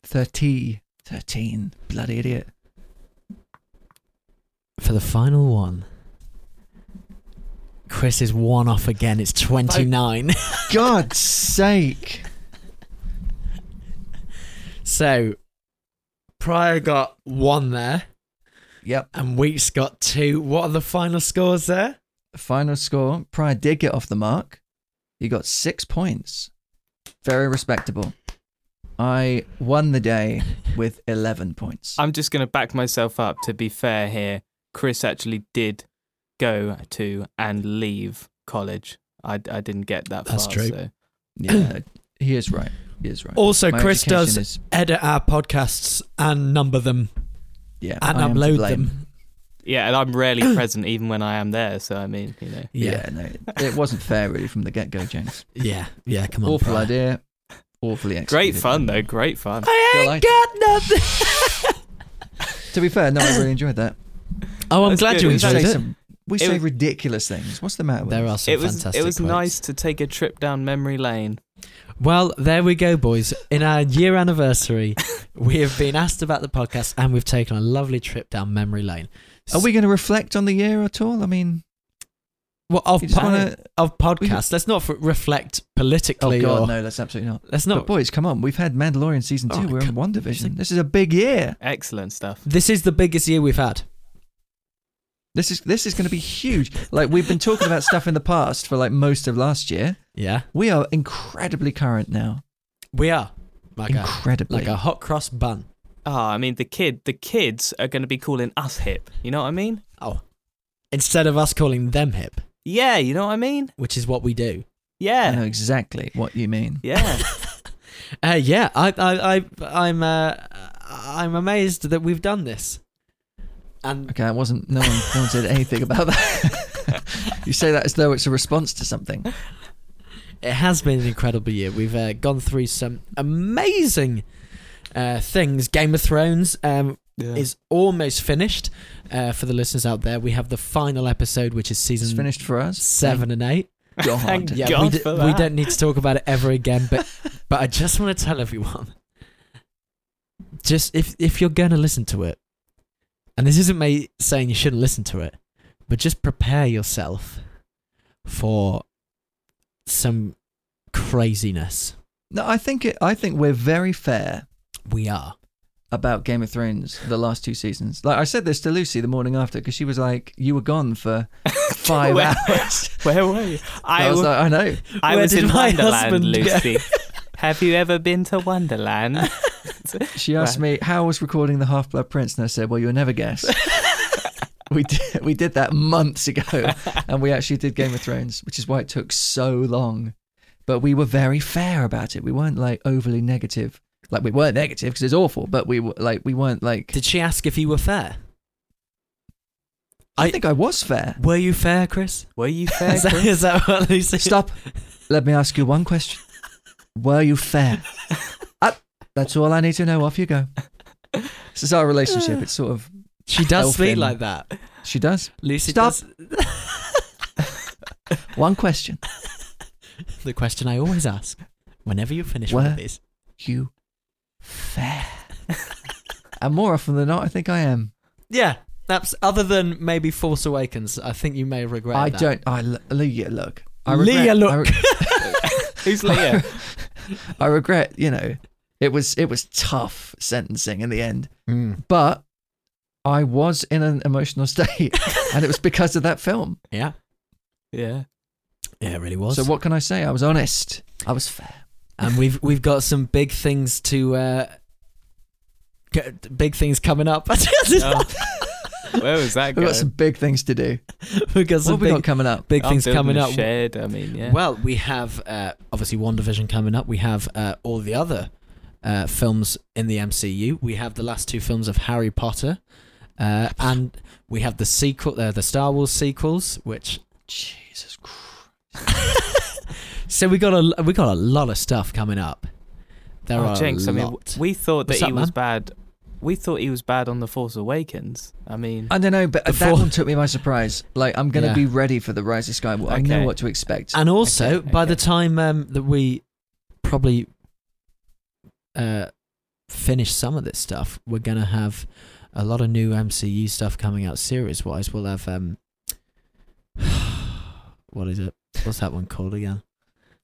Speaker 3: 30. 13. Bloody idiot.
Speaker 2: For the final one. Chris is one off again. It's 29.
Speaker 3: God's sake.
Speaker 2: so, Pryor got one there,
Speaker 3: Yep.
Speaker 2: and Weeks got two. What are the final scores there?
Speaker 3: Final score. Pryor did get off the mark. You got six points. Very respectable. I won the day with 11 points.
Speaker 4: I'm just gonna back myself up. To be fair here, Chris actually did go to and leave college. I, I didn't get that
Speaker 2: That's
Speaker 4: far.
Speaker 2: true.
Speaker 4: So.
Speaker 3: Yeah, he is right. He is right.
Speaker 2: Also,
Speaker 3: My
Speaker 2: Chris does
Speaker 3: education is-
Speaker 2: edit our podcasts and number them
Speaker 3: yeah,
Speaker 2: and
Speaker 3: I am to
Speaker 2: upload
Speaker 3: blame.
Speaker 2: them.
Speaker 4: Yeah, and I'm rarely present even when I am there. So I mean, you know,
Speaker 2: Yeah.
Speaker 3: yeah, no, it wasn't fair really from the get go, James.
Speaker 2: Yeah, yeah, come on.
Speaker 3: Awful
Speaker 2: Pryor.
Speaker 3: idea, awfully
Speaker 4: great
Speaker 3: executed.
Speaker 4: fun though. Great fun.
Speaker 2: I ain't
Speaker 3: Delight.
Speaker 2: got nothing.
Speaker 3: To be fair, no, I really enjoyed that.
Speaker 2: Oh, I'm
Speaker 4: That's
Speaker 2: glad
Speaker 4: good.
Speaker 2: you
Speaker 4: We
Speaker 3: We
Speaker 2: enjoyed
Speaker 3: say,
Speaker 2: it.
Speaker 3: some, we
Speaker 4: It
Speaker 3: say
Speaker 4: was-
Speaker 3: ridiculous things. What's the matter with
Speaker 2: There
Speaker 3: us?
Speaker 2: are some
Speaker 4: It was
Speaker 2: fantastic
Speaker 4: it was
Speaker 2: quotes.
Speaker 4: nice to take a trip down memory lane.
Speaker 2: Well, there we go, boys. In our year anniversary, we have been asked about the podcast and we've taken a lovely trip down memory lane.
Speaker 3: Are we going to reflect on the year at all? I mean,
Speaker 2: Well, of,
Speaker 3: you just
Speaker 2: po-
Speaker 3: want to.
Speaker 2: of
Speaker 3: we
Speaker 2: podcasts,
Speaker 3: just-
Speaker 2: let's not f- reflect
Speaker 3: Oh,
Speaker 2: politically or
Speaker 3: God, no, that's absolutely not.
Speaker 4: Oh.
Speaker 2: let's
Speaker 3: But,
Speaker 2: not.
Speaker 3: boys, come on. We've had Mandalorian season
Speaker 2: Oh,
Speaker 3: two. We're
Speaker 2: come-
Speaker 3: in one division. This is a big year.
Speaker 4: Excellent stuff.
Speaker 2: This is the biggest year we've had.
Speaker 3: This is this is going to be huge. Like we've been talking about stuff in the past for like most of last year.
Speaker 2: Yeah,
Speaker 3: We are incredibly current now.
Speaker 2: we are like a
Speaker 3: incredibly.
Speaker 2: like a hot cross bun.
Speaker 4: Ah, I mean the kid, the kids are going to be calling us hip. You know what I mean?
Speaker 2: Oh, instead of us calling them hip,
Speaker 4: Yeah, you know what I mean?
Speaker 2: which is what we do.
Speaker 3: I know
Speaker 4: Yeah,
Speaker 3: exactly what you mean.
Speaker 4: yeah.
Speaker 2: Uh, yeah, I, I, I, I'm, uh, I'm amazed that we've done this. And
Speaker 3: Okay, I wasn't. No one, no one said anything about that. you say that as though it's a response to something.
Speaker 2: it has been an incredible year. We've uh, gone through some amazing uh, things. Game of Thrones um, is almost finished. Uh, for the listeners out there, we have the final episode, which is
Speaker 3: It's
Speaker 2: season
Speaker 3: finished for us.
Speaker 2: seven and eight.
Speaker 3: God.
Speaker 4: Mm. Thank
Speaker 2: Yeah, we,
Speaker 4: God
Speaker 2: d-
Speaker 4: for
Speaker 2: we
Speaker 4: that.
Speaker 2: don't need to talk about it ever again. But but I just want to tell everyone, just if if you're gonna listen to it, and this isn't me saying you shouldn't listen to it, but just prepare yourself for some craziness.
Speaker 3: No, I think it, I think we're very fair
Speaker 2: We are.
Speaker 3: about Game of Thrones the last two seasons. Like I said this to Lucy the morning after because she was like, "You were gone for five
Speaker 4: Where-
Speaker 3: hours."
Speaker 4: Where were you?
Speaker 3: I,
Speaker 4: I,
Speaker 3: was
Speaker 4: w-
Speaker 3: like, "I know."
Speaker 4: I
Speaker 2: where
Speaker 4: was
Speaker 2: did
Speaker 4: in
Speaker 2: my
Speaker 4: Wonderland,
Speaker 2: husband go?
Speaker 4: Lucy. Have you ever been to Wonderland?
Speaker 3: She asked me how I was recording the Half Blood Prince, and I said, "Well, you'll never guess." we did, we did that months ago, and we actually did Game of Thrones, which is why it took so long. But we were very fair about it. We weren't like overly negative. Like we weren't negative because it's awful, but we were like we weren't like.
Speaker 2: Did she ask if you were fair?
Speaker 3: I think I was fair.
Speaker 2: Were you fair, Chris?
Speaker 4: Were you fair?
Speaker 2: Is that,
Speaker 4: Chris?
Speaker 2: is that what Lucy?
Speaker 3: Stop. Let me ask you one question. Were you fair? Ah, that's all I need to know. Off you go. This is our relationship. It's sort of
Speaker 2: She does speak
Speaker 3: Elfin.
Speaker 2: like that.
Speaker 3: she does.
Speaker 2: Lucy
Speaker 3: Stop.
Speaker 2: does
Speaker 3: One question.
Speaker 2: the question I always ask whenever you finish one
Speaker 3: Where?
Speaker 2: of these.
Speaker 3: You fair. and more often than not, I think I am.
Speaker 2: Yeah, that's other than maybe Force Awakens. I think you may regret.
Speaker 3: I
Speaker 2: that.
Speaker 3: don't. I l- Leah, look. I
Speaker 2: Leah,
Speaker 3: regret- I
Speaker 2: look.
Speaker 3: re-
Speaker 4: Who's Leah?
Speaker 3: I regret. You know, it was it was tough sentencing in the end, but I was in an emotional state, and it was because of that film.
Speaker 2: Yeah,
Speaker 4: Yeah.
Speaker 2: yeah, it really was.
Speaker 3: So what can I say? I was honest. I was fair.
Speaker 2: and we've we've got some big things to. Uh, get- Big things coming up. we've
Speaker 4: Oh. Where was that
Speaker 3: We've
Speaker 4: going?
Speaker 3: got some big things to do.
Speaker 2: got
Speaker 3: What
Speaker 2: some
Speaker 3: have we got
Speaker 2: big,
Speaker 3: coming up?
Speaker 2: big things coming up.
Speaker 4: Shed. I mean, yeah.
Speaker 2: Well, we have uh, obviously WandaVision coming up. We have uh, all the other uh, films in the MCU. We have the last two films of Harry Potter, uh, and we have the sequel, uh, the Star Wars sequels, which
Speaker 3: Jesus Christ.
Speaker 2: so we got a we got a lot of stuff coming up. There
Speaker 4: Oh,
Speaker 2: are
Speaker 4: Jinx,
Speaker 2: a
Speaker 4: I mean, w-
Speaker 2: lot.
Speaker 4: we thought that
Speaker 2: What's up,
Speaker 4: he was
Speaker 2: man?
Speaker 4: bad. We thought he was bad on the Force Awakens. I mean,
Speaker 3: I don't know, but that
Speaker 2: Before-
Speaker 3: one took me by surprise. Like, I'm going to
Speaker 2: Yeah.
Speaker 3: be ready for the Rise of Skywalker. I
Speaker 4: Okay.
Speaker 3: know what to expect.
Speaker 2: and also,
Speaker 4: Okay,
Speaker 2: by the
Speaker 4: okay.
Speaker 2: time um, that we probably uh, finish some of this stuff, we're gonna have a lot of new MCU stuff coming out series wise. We'll have um, what is it? What's that one called again?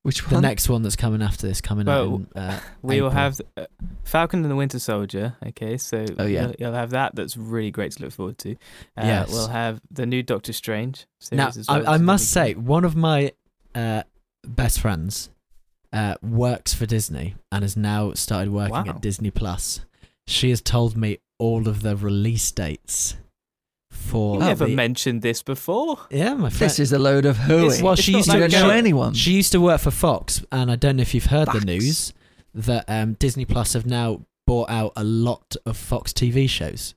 Speaker 3: Which
Speaker 2: The
Speaker 3: one?
Speaker 2: next one that's coming after this coming out.
Speaker 4: Well,
Speaker 2: in, uh,
Speaker 4: we will
Speaker 2: April.
Speaker 4: have uh, Falcon and the Winter Soldier. Okay, so
Speaker 3: Oh, yeah.
Speaker 4: you'll, you'll have that. That's really great to look forward to. Uh,
Speaker 2: Yes.
Speaker 4: We'll have the new Doctor Strange. Series
Speaker 2: Now,
Speaker 4: as well,
Speaker 2: I, I
Speaker 4: so
Speaker 2: must
Speaker 4: that'll be
Speaker 2: say,
Speaker 4: great.
Speaker 2: one of my uh, best friends uh, works for Disney and has now started working
Speaker 4: Wow.
Speaker 2: at Disney Plus. She has told me all of the release dates for.
Speaker 4: you never
Speaker 2: the-
Speaker 4: mentioned this before.
Speaker 2: Yeah, my friend.
Speaker 3: This is a load of hooey.
Speaker 4: It's-
Speaker 2: well, she
Speaker 4: not
Speaker 2: used
Speaker 3: you
Speaker 2: to
Speaker 4: like
Speaker 3: don't
Speaker 4: that
Speaker 3: know
Speaker 4: show.
Speaker 3: anyone.
Speaker 2: She used to work for Fox, and I don't know if you've heard
Speaker 3: Fox.
Speaker 2: the news that um, Disney Plus have now bought out a lot of Fox TV shows.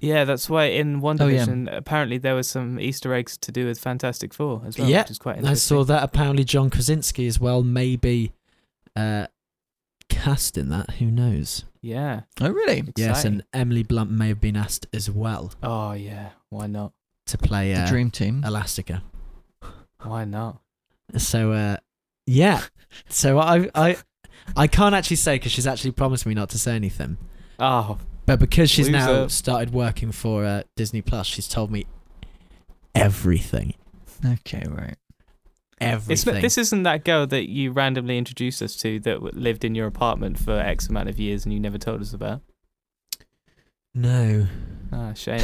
Speaker 4: Yeah, that's why in One
Speaker 3: Oh, yeah.
Speaker 4: Division, apparently there was some Easter eggs to do with Fantastic Four as well,
Speaker 2: Yeah,
Speaker 4: which is quite
Speaker 2: I
Speaker 4: interesting.
Speaker 2: saw that apparently John Krasinski as well may be uh, cast in that. Who knows?
Speaker 4: Yeah.
Speaker 3: oh, really?
Speaker 2: Yes,
Speaker 4: exciting.
Speaker 2: and Emily Blunt may have been asked as well
Speaker 4: Oh yeah, why not?
Speaker 2: to play
Speaker 3: The
Speaker 2: uh,
Speaker 3: dream team.
Speaker 2: Elastica.
Speaker 4: Why not?
Speaker 2: So uh, yeah, so I I I can't actually say because she's actually promised me not to say anything.
Speaker 4: Oh,
Speaker 2: But because she's now
Speaker 4: Loser.
Speaker 2: started working for uh, Disney Plus, she's told me everything.
Speaker 3: Okay, right.
Speaker 4: it's not,
Speaker 2: Everything.
Speaker 4: this isn't that girl that you randomly introduced us to that w- lived in your apartment for X amount of years and you never told us about.
Speaker 2: no.
Speaker 4: Ah, shame.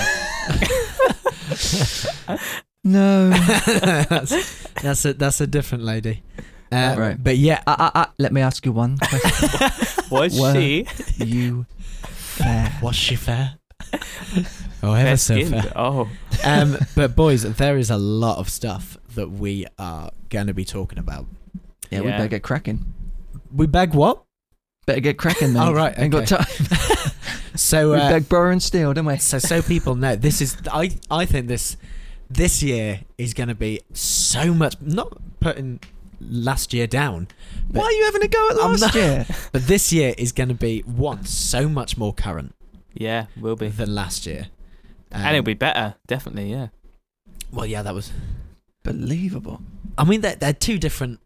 Speaker 3: No.
Speaker 2: that's, that's a that's a different lady. Uh,
Speaker 3: Right.
Speaker 2: But yeah,
Speaker 3: Uh, uh, uh, let me ask you one question.
Speaker 4: Was
Speaker 3: Well,
Speaker 4: she
Speaker 3: you fair?
Speaker 2: Uh, was she fair? oh,
Speaker 4: fair
Speaker 2: ever so
Speaker 4: skinned?
Speaker 2: fair.
Speaker 4: Oh,
Speaker 2: um, but boys, there is a lot of stuff that we are going to be talking about.
Speaker 3: Yeah, we
Speaker 4: Yeah.
Speaker 3: better get cracking.
Speaker 2: We beg what?
Speaker 3: Better get cracking, man.
Speaker 2: Oh, right,
Speaker 3: Ain't got time.
Speaker 2: So,
Speaker 3: We
Speaker 2: uh,
Speaker 3: beg, borrow, and steal, don't we?
Speaker 2: so so people know this is. I I think this this year is going to be so much. Not putting last year down,
Speaker 3: Why are you having a go at
Speaker 2: I'm
Speaker 3: last
Speaker 2: not-
Speaker 3: year?
Speaker 2: but this year is going to be one so much more current
Speaker 4: yeah, will be.
Speaker 2: than last year. Um,
Speaker 4: and it'll be better, definitely, yeah.
Speaker 2: well, yeah, that was.
Speaker 3: Believable.
Speaker 2: I mean, they're, they're two different.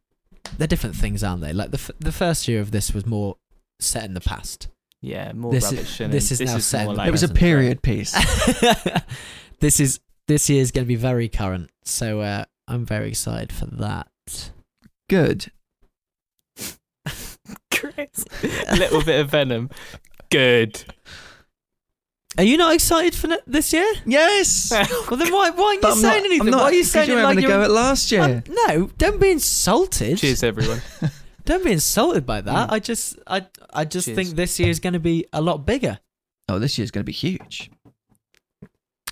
Speaker 2: They're different things, aren't they? Like the f- the first year of this was more set in the past.
Speaker 4: Yeah, more
Speaker 2: This is-
Speaker 4: rubbish. and
Speaker 2: this is now
Speaker 4: more
Speaker 2: settled.
Speaker 4: like
Speaker 3: It was a
Speaker 4: present day.
Speaker 3: period piece.
Speaker 2: this is this year's going to be very current, so uh, I'm very excited for that.
Speaker 3: Good.
Speaker 4: Chris, little bit of venom. Good.
Speaker 2: Are you not excited for ne- this year?
Speaker 3: Yes.
Speaker 2: Well, then why, why aren't you
Speaker 3: I'm
Speaker 2: saying
Speaker 3: not-
Speaker 2: anything?
Speaker 3: I'm not,
Speaker 2: why are you
Speaker 3: 'cause
Speaker 2: saying
Speaker 3: you're
Speaker 2: it
Speaker 3: having
Speaker 2: like
Speaker 3: a go
Speaker 2: you're?
Speaker 3: at last year?
Speaker 2: I'm- no, don't be insulted.
Speaker 4: Cheers, everyone.
Speaker 2: Don't be insulted by that.
Speaker 3: Mm.
Speaker 2: I just, I, I just
Speaker 4: Cheers.
Speaker 2: think this year is going to be a lot bigger.
Speaker 3: Oh, this year's going to be huge.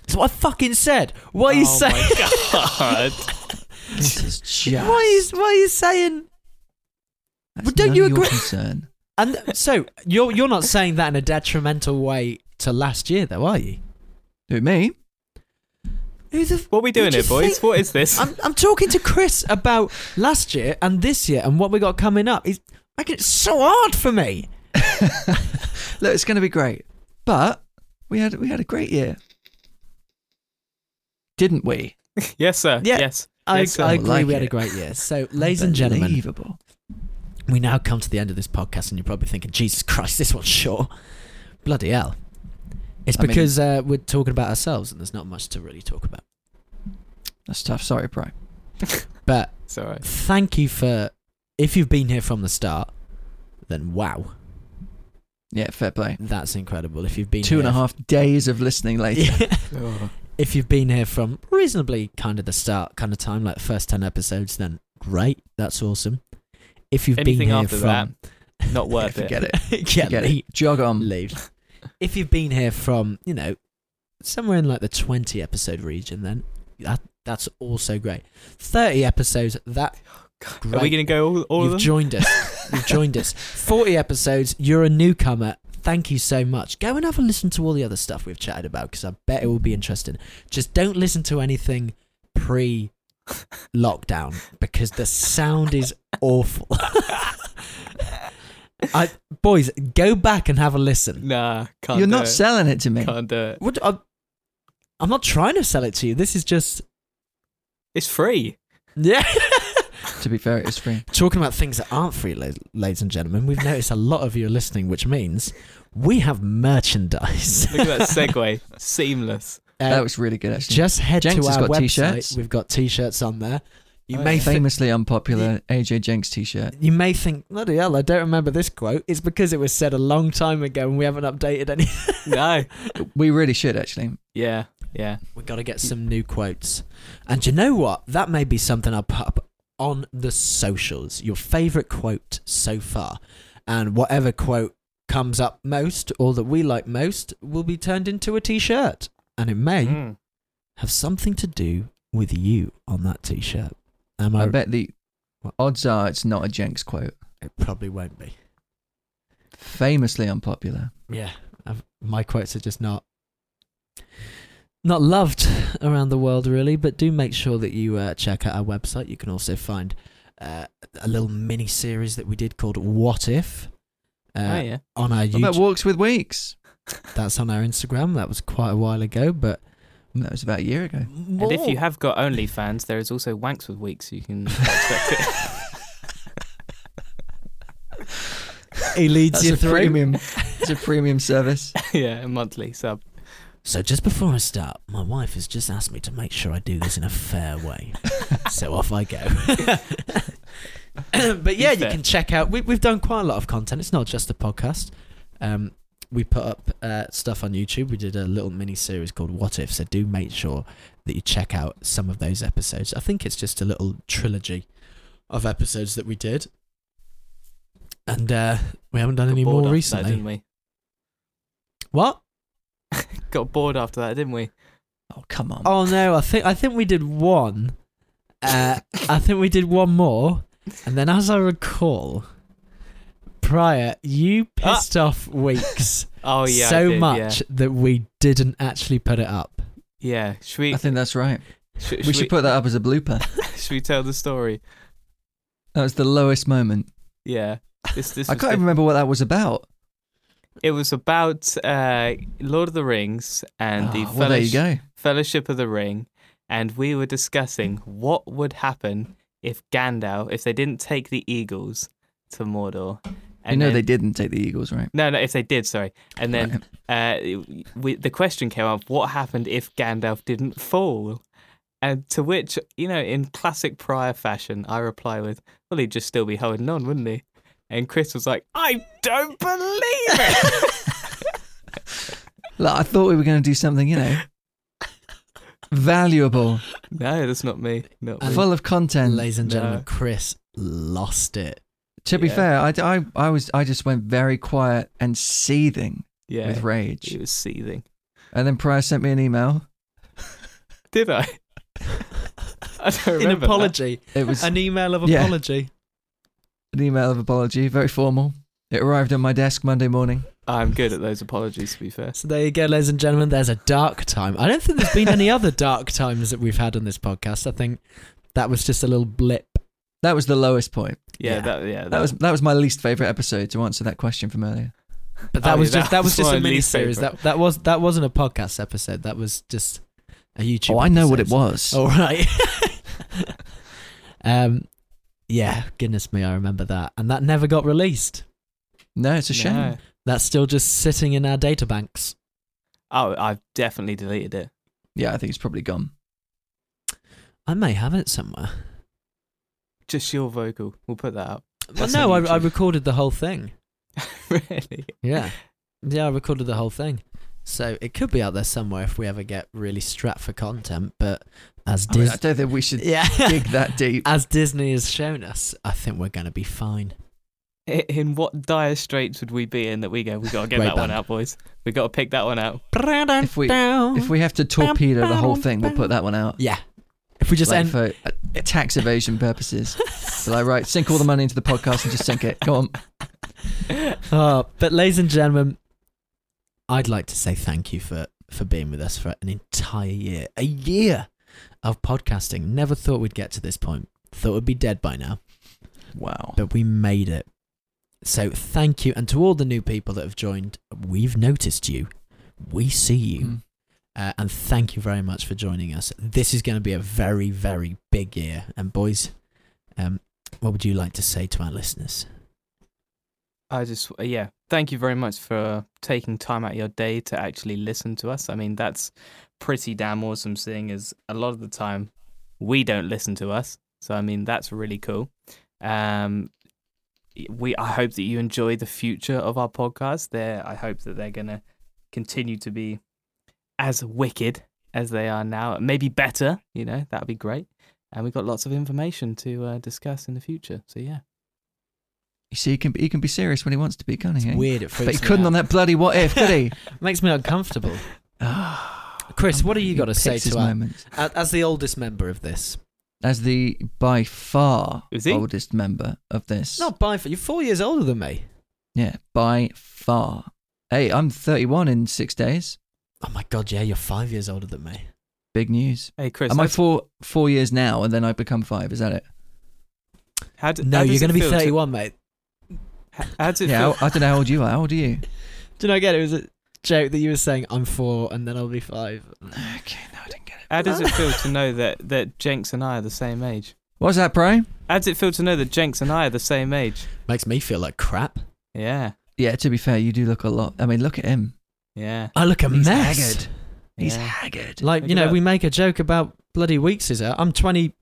Speaker 2: That's what I fucking said. Why are you
Speaker 4: oh
Speaker 2: saying?
Speaker 4: my god.
Speaker 3: This is just.
Speaker 2: Why are you, why are you saying?
Speaker 3: That's
Speaker 2: Well, don't
Speaker 3: none
Speaker 2: you
Speaker 3: of your
Speaker 2: agree-
Speaker 3: concern.
Speaker 2: And so you're you're not saying that in a detrimental way to last year, though, are you?
Speaker 3: Who me?
Speaker 2: Who the f-
Speaker 4: What are we doing
Speaker 2: Did you
Speaker 4: here, boys?
Speaker 2: think-
Speaker 4: What is this?
Speaker 2: I'm, I'm talking to Chris about last year and this year and what we got coming up. It's making it so hard for me.
Speaker 3: Look, it's going to be great. But we had we had a great year, didn't we?
Speaker 4: yes, sir.
Speaker 2: Yeah.
Speaker 4: Yes.
Speaker 2: I,
Speaker 4: Yes, sir.
Speaker 2: I
Speaker 3: I
Speaker 2: agree.
Speaker 3: like
Speaker 2: we had a
Speaker 3: it.
Speaker 2: great year. So, ladies and gentlemen,
Speaker 3: Unbelievable.
Speaker 2: we now come to the end of this podcast, and you're probably thinking, "Jesus Christ, this one's short." Bloody hell! It's
Speaker 3: I mean-
Speaker 2: because uh, we're talking about ourselves, and there's not much to really talk about.
Speaker 3: That's tough. Sorry, Bri.
Speaker 2: But
Speaker 4: It's all right.
Speaker 2: thank you for if you've been here from the start. Then wow,
Speaker 3: Yeah, fair play.
Speaker 2: that's incredible. If you've been
Speaker 3: Two and
Speaker 2: here
Speaker 3: a half days of listening later.
Speaker 2: if you've been here from reasonably kind of the start kind of time, like the first 10 episodes, then great. That's awesome. If you've
Speaker 4: Anything
Speaker 2: been here
Speaker 4: after
Speaker 2: from.
Speaker 4: that, not worth it.
Speaker 3: Forget it.
Speaker 2: yeah,
Speaker 3: Forget
Speaker 2: leave.
Speaker 3: it. Jog on.
Speaker 2: leave. if you've been here from, you know, somewhere in like the 20 episode region, then that, that's also great. 30 episodes, that. Great.
Speaker 4: Are we going to go all, all
Speaker 2: You've
Speaker 4: of them?
Speaker 2: joined us. You've joined us. 40 episodes. You're a newcomer. Thank you so much. Go and have a listen to all the other stuff we've chatted about because I bet it will be interesting. Just don't listen to anything pre lockdown because the sound is awful. I, boys, go back and have a listen.
Speaker 4: Nah, can't.
Speaker 3: You're
Speaker 4: do
Speaker 3: not
Speaker 4: it.
Speaker 3: selling it to me.
Speaker 4: Can't do it.
Speaker 2: What, I'm, I'm not trying to sell it to you. This is just.
Speaker 4: It's free.
Speaker 2: Yeah.
Speaker 3: To be fair, it's free.
Speaker 2: Talking about things that aren't free, la- ladies and gentlemen, we've noticed a lot of you are listening, which means we have merchandise.
Speaker 4: Look at that segue. Seamless.
Speaker 2: Uh,
Speaker 3: that was really good, actually.
Speaker 2: just head
Speaker 3: Jenks
Speaker 2: to
Speaker 3: has
Speaker 2: our
Speaker 3: got
Speaker 2: website.
Speaker 3: t-shirts.
Speaker 2: We've got t-shirts on there. You
Speaker 4: Oh,
Speaker 2: may
Speaker 4: yeah.
Speaker 2: think
Speaker 3: Famously unpopular AJ Jenks T-shirt.
Speaker 2: you may think bloody hell, I don't remember this quote. It's because it was said a long time ago and we haven't updated any.
Speaker 4: No.
Speaker 3: We really should actually.
Speaker 4: Yeah. Yeah.
Speaker 2: we got to get some new quotes. And do you know what? That may be something I'll put up on the socials. Your favorite quote so far. And whatever quote comes up most or that we like most will be turned into a t shirt. And it may
Speaker 4: Mm.
Speaker 2: have something to do with you on that t shirt. Am I,
Speaker 3: I bet the
Speaker 2: What?
Speaker 3: odds are it's not a Jenks quote.
Speaker 2: It probably won't be.
Speaker 3: Famously unpopular.
Speaker 2: Yeah. I've, my quotes are just not. Not loved around the world, really, but do make sure that you uh, check out our website. You can also find uh, a little mini series that we did called "What If" uh,
Speaker 4: oh yeah.
Speaker 2: on our
Speaker 3: What about
Speaker 2: YouTube.
Speaker 3: walks with weeks?
Speaker 2: That's on our Instagram. That was quite a while ago, but
Speaker 3: That was about a year ago.
Speaker 4: And if you have got OnlyFans, there is also Wanks with Weeks. You can expect it.
Speaker 2: he leads
Speaker 3: That's
Speaker 2: you
Speaker 3: a
Speaker 2: through.
Speaker 3: premium. It's a premium service.
Speaker 4: yeah, a monthly sub.
Speaker 2: So just before I start, my wife has just asked me to make sure I do this in a fair way. so off I go. but yeah, you
Speaker 4: Fair.
Speaker 2: can check out. We, we've done quite a lot of content. It's not just the podcast. Um, we put up uh, stuff on YouTube. We did a little mini series called "What If." So do make sure that you check out some of those episodes. I think it's just a little trilogy of episodes that we did, and uh, we haven't done
Speaker 4: Got
Speaker 2: any
Speaker 4: bored
Speaker 2: more
Speaker 4: after that,
Speaker 2: recently.
Speaker 4: didn't we?
Speaker 2: what?
Speaker 4: Got bored after that, didn't we?
Speaker 3: Oh come on.
Speaker 2: Oh no, I think I think we did one. Uh, I think we did one more, and then as I recall, prior you
Speaker 4: Ah.
Speaker 2: pissed off Weeks
Speaker 4: Oh yeah. I
Speaker 2: so
Speaker 4: did, yeah.
Speaker 2: much that we didn't actually put it up.
Speaker 4: Yeah. Should we?
Speaker 3: I think that's right.
Speaker 4: Should,
Speaker 3: We should put that up as a blooper.
Speaker 4: Should we tell the story?
Speaker 3: That was the lowest moment.
Speaker 4: Yeah. This. This.
Speaker 3: I
Speaker 4: was
Speaker 3: can't
Speaker 4: the-
Speaker 3: even remember what that was about.
Speaker 4: It was about uh, Lord of the Rings and the
Speaker 3: Oh, well, there you
Speaker 4: fellowship,
Speaker 3: go.
Speaker 4: fellowship of the Ring, and we were discussing what would happen if Gandalf, if they didn't take the eagles to Mordor.
Speaker 3: you know
Speaker 4: then-
Speaker 3: they didn't take the Eagles, right?
Speaker 4: No, no, if they did, sorry. And then uh, we, the question came up what happened if Gandalf didn't fall? And to which, you know, in classic prior fashion, I reply with, well, he'd just still be holding on, wouldn't he? And Chris was like, I don't believe it.
Speaker 3: Like, I thought we were going to do something, you know, valuable,
Speaker 4: no, that's not me. Not me.
Speaker 3: full of content.
Speaker 2: Ladies and
Speaker 4: No.
Speaker 2: gentlemen, Chris lost it.
Speaker 3: to be
Speaker 4: yeah.
Speaker 3: fair, I, I, I was I just went very quiet and seething
Speaker 4: Yeah.
Speaker 3: with rage.
Speaker 4: It was seething.
Speaker 3: And then Pryor sent me an email.
Speaker 4: Did I? I don't
Speaker 2: An
Speaker 4: remember. that.
Speaker 2: apology,
Speaker 3: It was
Speaker 2: an email of
Speaker 3: Yeah.
Speaker 2: apology.
Speaker 3: an email of apology, very formal. It arrived on my desk Monday morning.
Speaker 4: I'm good at those apologies, to be fair.
Speaker 2: So there you go, ladies and gentlemen. There's a dark time. I don't think there's been any other dark times that we've had on this podcast. I think that was just a little blip.
Speaker 3: That was the lowest point.
Speaker 4: Yeah,
Speaker 2: Yeah.
Speaker 4: that, yeah,
Speaker 3: That was that was my least favorite episode to answer that question from earlier.
Speaker 2: But that
Speaker 4: Oh,
Speaker 2: was
Speaker 4: yeah,
Speaker 2: just that was just
Speaker 4: my
Speaker 2: a mini
Speaker 4: least
Speaker 2: series.
Speaker 4: favourite.
Speaker 2: That that was that wasn't a podcast episode. That was just a YouTube.
Speaker 3: Oh, I know what it
Speaker 2: episode.
Speaker 3: was.
Speaker 2: All right. um, yeah. Goodness me, I remember that, and that never got released.
Speaker 3: No, it's a shame.
Speaker 4: No.
Speaker 2: That's still just sitting in our data banks.
Speaker 4: Oh, I've definitely deleted it.
Speaker 3: Yeah, I think it's probably gone.
Speaker 2: I may have it somewhere.
Speaker 4: Just your vocal. We'll put that up.
Speaker 2: But
Speaker 4: That's
Speaker 2: no, I,
Speaker 4: on
Speaker 2: I
Speaker 4: YouTube.
Speaker 2: recorded the whole thing.
Speaker 4: really?
Speaker 2: Yeah. Yeah, I recorded the whole thing. So it could be out there somewhere if we ever get really strapped for content. But as
Speaker 3: I, mean, I
Speaker 2: Disney,
Speaker 3: don't think we should
Speaker 2: yeah,
Speaker 3: dig that deep.
Speaker 2: as Disney has shown us, I think we're going to be fine.
Speaker 4: I- In what dire straits would we be in that we go, we got to get
Speaker 2: Great
Speaker 4: that one
Speaker 2: band.
Speaker 4: out, boys. we got to pick that one out.
Speaker 2: If
Speaker 3: we- If we have to torpedo the whole thing, we'll put that one out.
Speaker 2: yeah, if we just
Speaker 3: Like,
Speaker 2: end
Speaker 3: for- uh, tax evasion purposes. So I right, sink all the money into the podcast and just sink it. Go on.
Speaker 2: Uh, but, ladies and gentlemen, I'd like to say thank you for, for being with us for an entire year. A year of podcasting. Never thought we'd get to this point. Thought we'd be dead by now,
Speaker 3: Wow.
Speaker 2: but we made it. So, thank you. And to all the new people that have joined, we've noticed you. We see you.
Speaker 3: Mm.
Speaker 2: Uh, and thank you very much for joining us. This is going to be a very, very big year. And, boys, um, what would you like to say to our listeners?
Speaker 4: I just uh, yeah, thank you very much for taking time out of your day to actually listen to us. I mean, that's pretty damn awesome seeing as a lot of the time we don't listen to us. So I mean, that's really cool. Um we I hope that you enjoy the future of our podcast. There I hope that they're going to continue to be as wicked as they are now, maybe better, you know. That'd be great. And we've got lots of information to uh, discuss in the future. So yeah.
Speaker 3: You see, he can, be, he can be serious when he wants to be, can't he? eh?
Speaker 2: It's weird. It
Speaker 3: But he
Speaker 2: freaks me
Speaker 3: couldn't
Speaker 2: out.
Speaker 3: on that bloody what if, could he?
Speaker 2: Makes me uncomfortable. Chris, what do you got to say to our,
Speaker 3: moment?
Speaker 2: a- as the oldest member of this?
Speaker 3: As the by far
Speaker 4: Is he?
Speaker 3: oldest member of this.
Speaker 2: Not by far. You're four years older than me.
Speaker 3: Yeah, by far. Hey, I'm 31 in six days.
Speaker 2: Oh my god, yeah, you're five years older than me.
Speaker 3: Big news.
Speaker 4: Hey Chris,
Speaker 3: Am
Speaker 4: I
Speaker 3: I four four years now, and then I become five? Is that it?
Speaker 4: How d-
Speaker 2: No,
Speaker 4: how
Speaker 2: you're
Speaker 4: does it
Speaker 2: going to be
Speaker 4: feel to-
Speaker 2: 31, mate.
Speaker 4: h- how does it
Speaker 3: Yeah,
Speaker 4: feel?
Speaker 3: I, I don't know how old you are. How old are you?
Speaker 2: Do you know? Again, it was a joke that you were saying I'm four and then I'll be five.
Speaker 3: Okay, no, I didn't get it.
Speaker 4: How does it feel to know that that Jenks and I are the same age?
Speaker 3: What's that, Pro?
Speaker 4: How does it feel to know that Jenks and I are the same age?
Speaker 2: Makes me feel like crap.
Speaker 4: Yeah,
Speaker 3: Yeah, to be fair, you do look a lot. I mean, look at him.
Speaker 4: yeah.
Speaker 2: I look a
Speaker 3: He's
Speaker 2: mess.
Speaker 3: haggard. He's
Speaker 4: Yeah.
Speaker 3: haggard.
Speaker 2: Like
Speaker 4: Look
Speaker 2: you
Speaker 4: at
Speaker 2: know,
Speaker 4: that.
Speaker 2: we make a joke about bloody weeks is out. I'm 20.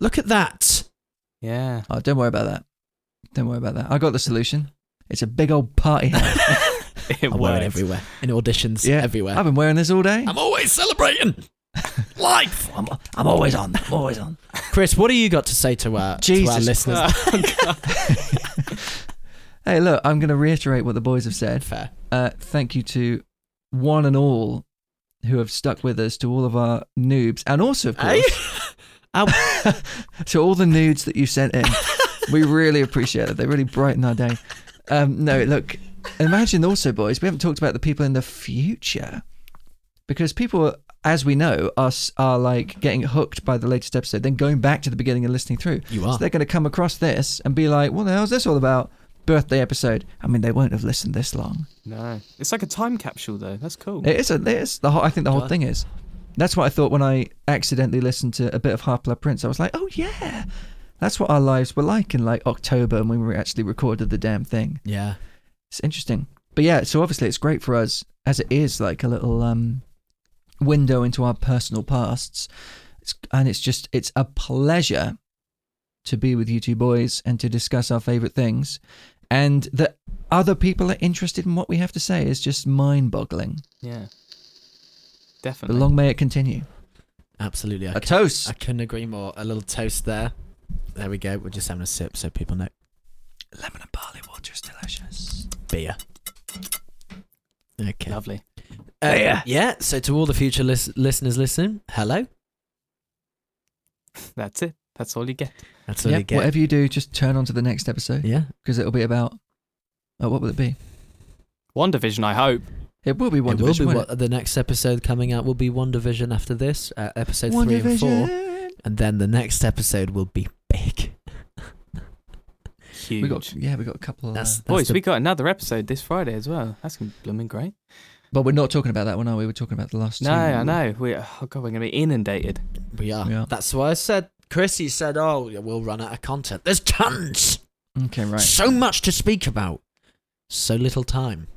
Speaker 2: Look at that.
Speaker 4: Yeah.
Speaker 3: Oh, don't worry about that. Don't worry about that. I got the solution. It's a big old party hat.
Speaker 4: It
Speaker 2: I wear it everywhere in auditions.
Speaker 3: Yeah.
Speaker 2: everywhere.
Speaker 3: I've been wearing this all day.
Speaker 2: I'm always celebrating life.
Speaker 3: I'm, I'm always on. I'm always on.
Speaker 2: Chris, what do you got to say to our, to our
Speaker 3: Jesus Ah.
Speaker 2: listeners?
Speaker 3: Hey, look, I'm going to reiterate what the boys have said.
Speaker 2: Fair.
Speaker 3: Uh, thank you to one and all who have stuck with us, to all of our noobs, and also, of course, to all the nudes that you sent in. we really appreciate it. They really brighten our day. Um, no, look, imagine also, boys, we haven't talked about the people in the future because people, as we know, are, s- are like getting hooked by the latest episode, then going back to the beginning and listening through.
Speaker 2: You
Speaker 3: So
Speaker 2: are.
Speaker 3: they're going to come across this and be like, what the hell's this all about? Birthday episode. I mean, they won't have listened this long.
Speaker 4: no, it's like a time capsule though. That's cool.
Speaker 3: It is. A, it is the whole, I think the whole
Speaker 2: God.
Speaker 3: thing is. That's what I thought when I accidentally listened to a bit of Half Blood Prince. I was like, oh yeah, that's what our lives were like in like October and when we actually recorded the damn thing.
Speaker 2: Yeah.
Speaker 3: It's interesting. But yeah, so obviously it's great for us as it is like a little um window into our personal pasts. It's, and it's just it's a pleasure to be with you two boys and to discuss our favorite things and that other people are interested in what we have to say is just mind-boggling.
Speaker 4: yeah.
Speaker 3: But
Speaker 4: Definitely.
Speaker 3: long may it continue.
Speaker 2: Absolutely. I
Speaker 3: A
Speaker 2: cou-
Speaker 3: toast.
Speaker 2: I couldn't agree more. A little toast there. There we go. We're just having a sip so people know.
Speaker 3: Lemon and barley water is delicious.
Speaker 2: Beer. Okay.
Speaker 4: Lovely.
Speaker 2: Uh,
Speaker 3: Beer.
Speaker 2: Yeah. So to all the future lis- listeners listening, hello.
Speaker 4: That's it. That's all you get.
Speaker 2: That's all
Speaker 3: Yeah,
Speaker 2: you get.
Speaker 3: whatever you do, just turn on to the next episode
Speaker 2: Yeah.
Speaker 3: because it'll be about. Oh, what will it be?
Speaker 4: One division, I hope.
Speaker 3: It will be one
Speaker 2: it will be
Speaker 3: division.
Speaker 2: what, the next episode coming out will be One Division after this, uh, episode three and four, and then the next episode will be big.
Speaker 4: Huge.
Speaker 3: We got yeah, we got a couple.
Speaker 4: Oh.
Speaker 3: Of,
Speaker 2: That's,
Speaker 3: that's,
Speaker 2: that's
Speaker 4: Boys,
Speaker 2: the-
Speaker 4: we got another episode this Friday as well. That's gonna be blooming great.
Speaker 3: but we're not talking about that one, are we? We're talking about the last.
Speaker 4: No,
Speaker 3: two.
Speaker 4: I know. We oh god, we're gonna be inundated.
Speaker 2: we are.
Speaker 3: Yeah.
Speaker 2: That's why I said. Chris, you said, "Oh, yeah, we'll run out of content. There's tons,
Speaker 3: Okay, right.
Speaker 2: so much to speak about, so little time."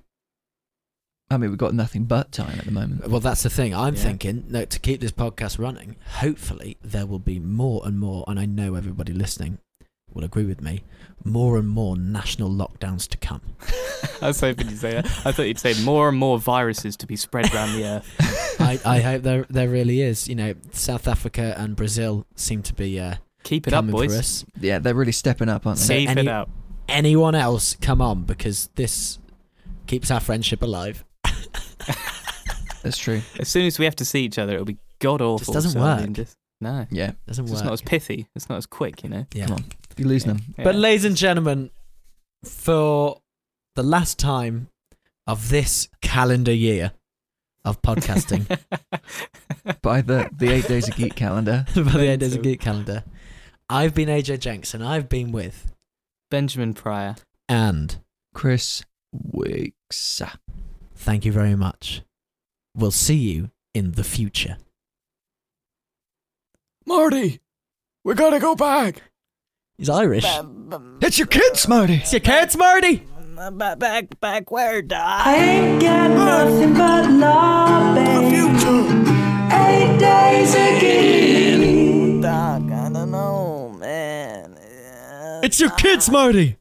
Speaker 3: I mean, we've got nothing but time at the moment.
Speaker 2: Well, that's the thing. I'm
Speaker 4: Yeah.
Speaker 2: thinking no, to keep this podcast running. Hopefully, there will be more and more, and I know everybody listening will agree with me. More and more national lockdowns to come.
Speaker 4: I was hoping you'd say that. I thought you'd say more and more viruses to be spread around the earth.
Speaker 2: I, I hope there there really is. You know, South Africa and Brazil seem to be uh,
Speaker 4: Keep it
Speaker 2: coming
Speaker 4: up, boys.
Speaker 2: for us.
Speaker 3: Yeah, they're really stepping up, aren't they?
Speaker 2: So
Speaker 4: Keep
Speaker 2: any-
Speaker 4: it up.
Speaker 2: Anyone else, come on, because this keeps our friendship alive.
Speaker 3: That's true.
Speaker 4: As soon as we have to see each other, it'll be god awful.
Speaker 2: doesn't
Speaker 4: so I mean,
Speaker 2: work.
Speaker 4: just- No,
Speaker 3: Yeah,
Speaker 2: Doesn't
Speaker 4: it's
Speaker 2: work.
Speaker 4: just not as pithy. It's not as quick, you know.
Speaker 2: yeah.
Speaker 3: come on. you lose them.
Speaker 4: Yeah.
Speaker 2: But ladies and gentlemen, for the last time of this calendar year of podcasting
Speaker 3: By the the eight days of geek calendar.
Speaker 2: by the end of the
Speaker 4: Mental.
Speaker 2: geek calendar, I've been AJ Jenks and I've been with
Speaker 4: Benjamin Pryor.
Speaker 2: and
Speaker 3: Chris Wicks.
Speaker 2: thank you very much. We'll see you in the future.
Speaker 4: Marty, we gotta go back.
Speaker 2: He's Irish.
Speaker 3: It's your kids, Marty.
Speaker 2: It's your kids, Marty.
Speaker 4: Back, back where?
Speaker 1: I ain't got nothing but love, babe. Eight days again.
Speaker 5: Doc, I don't know, man.
Speaker 2: It's your kids, Marty.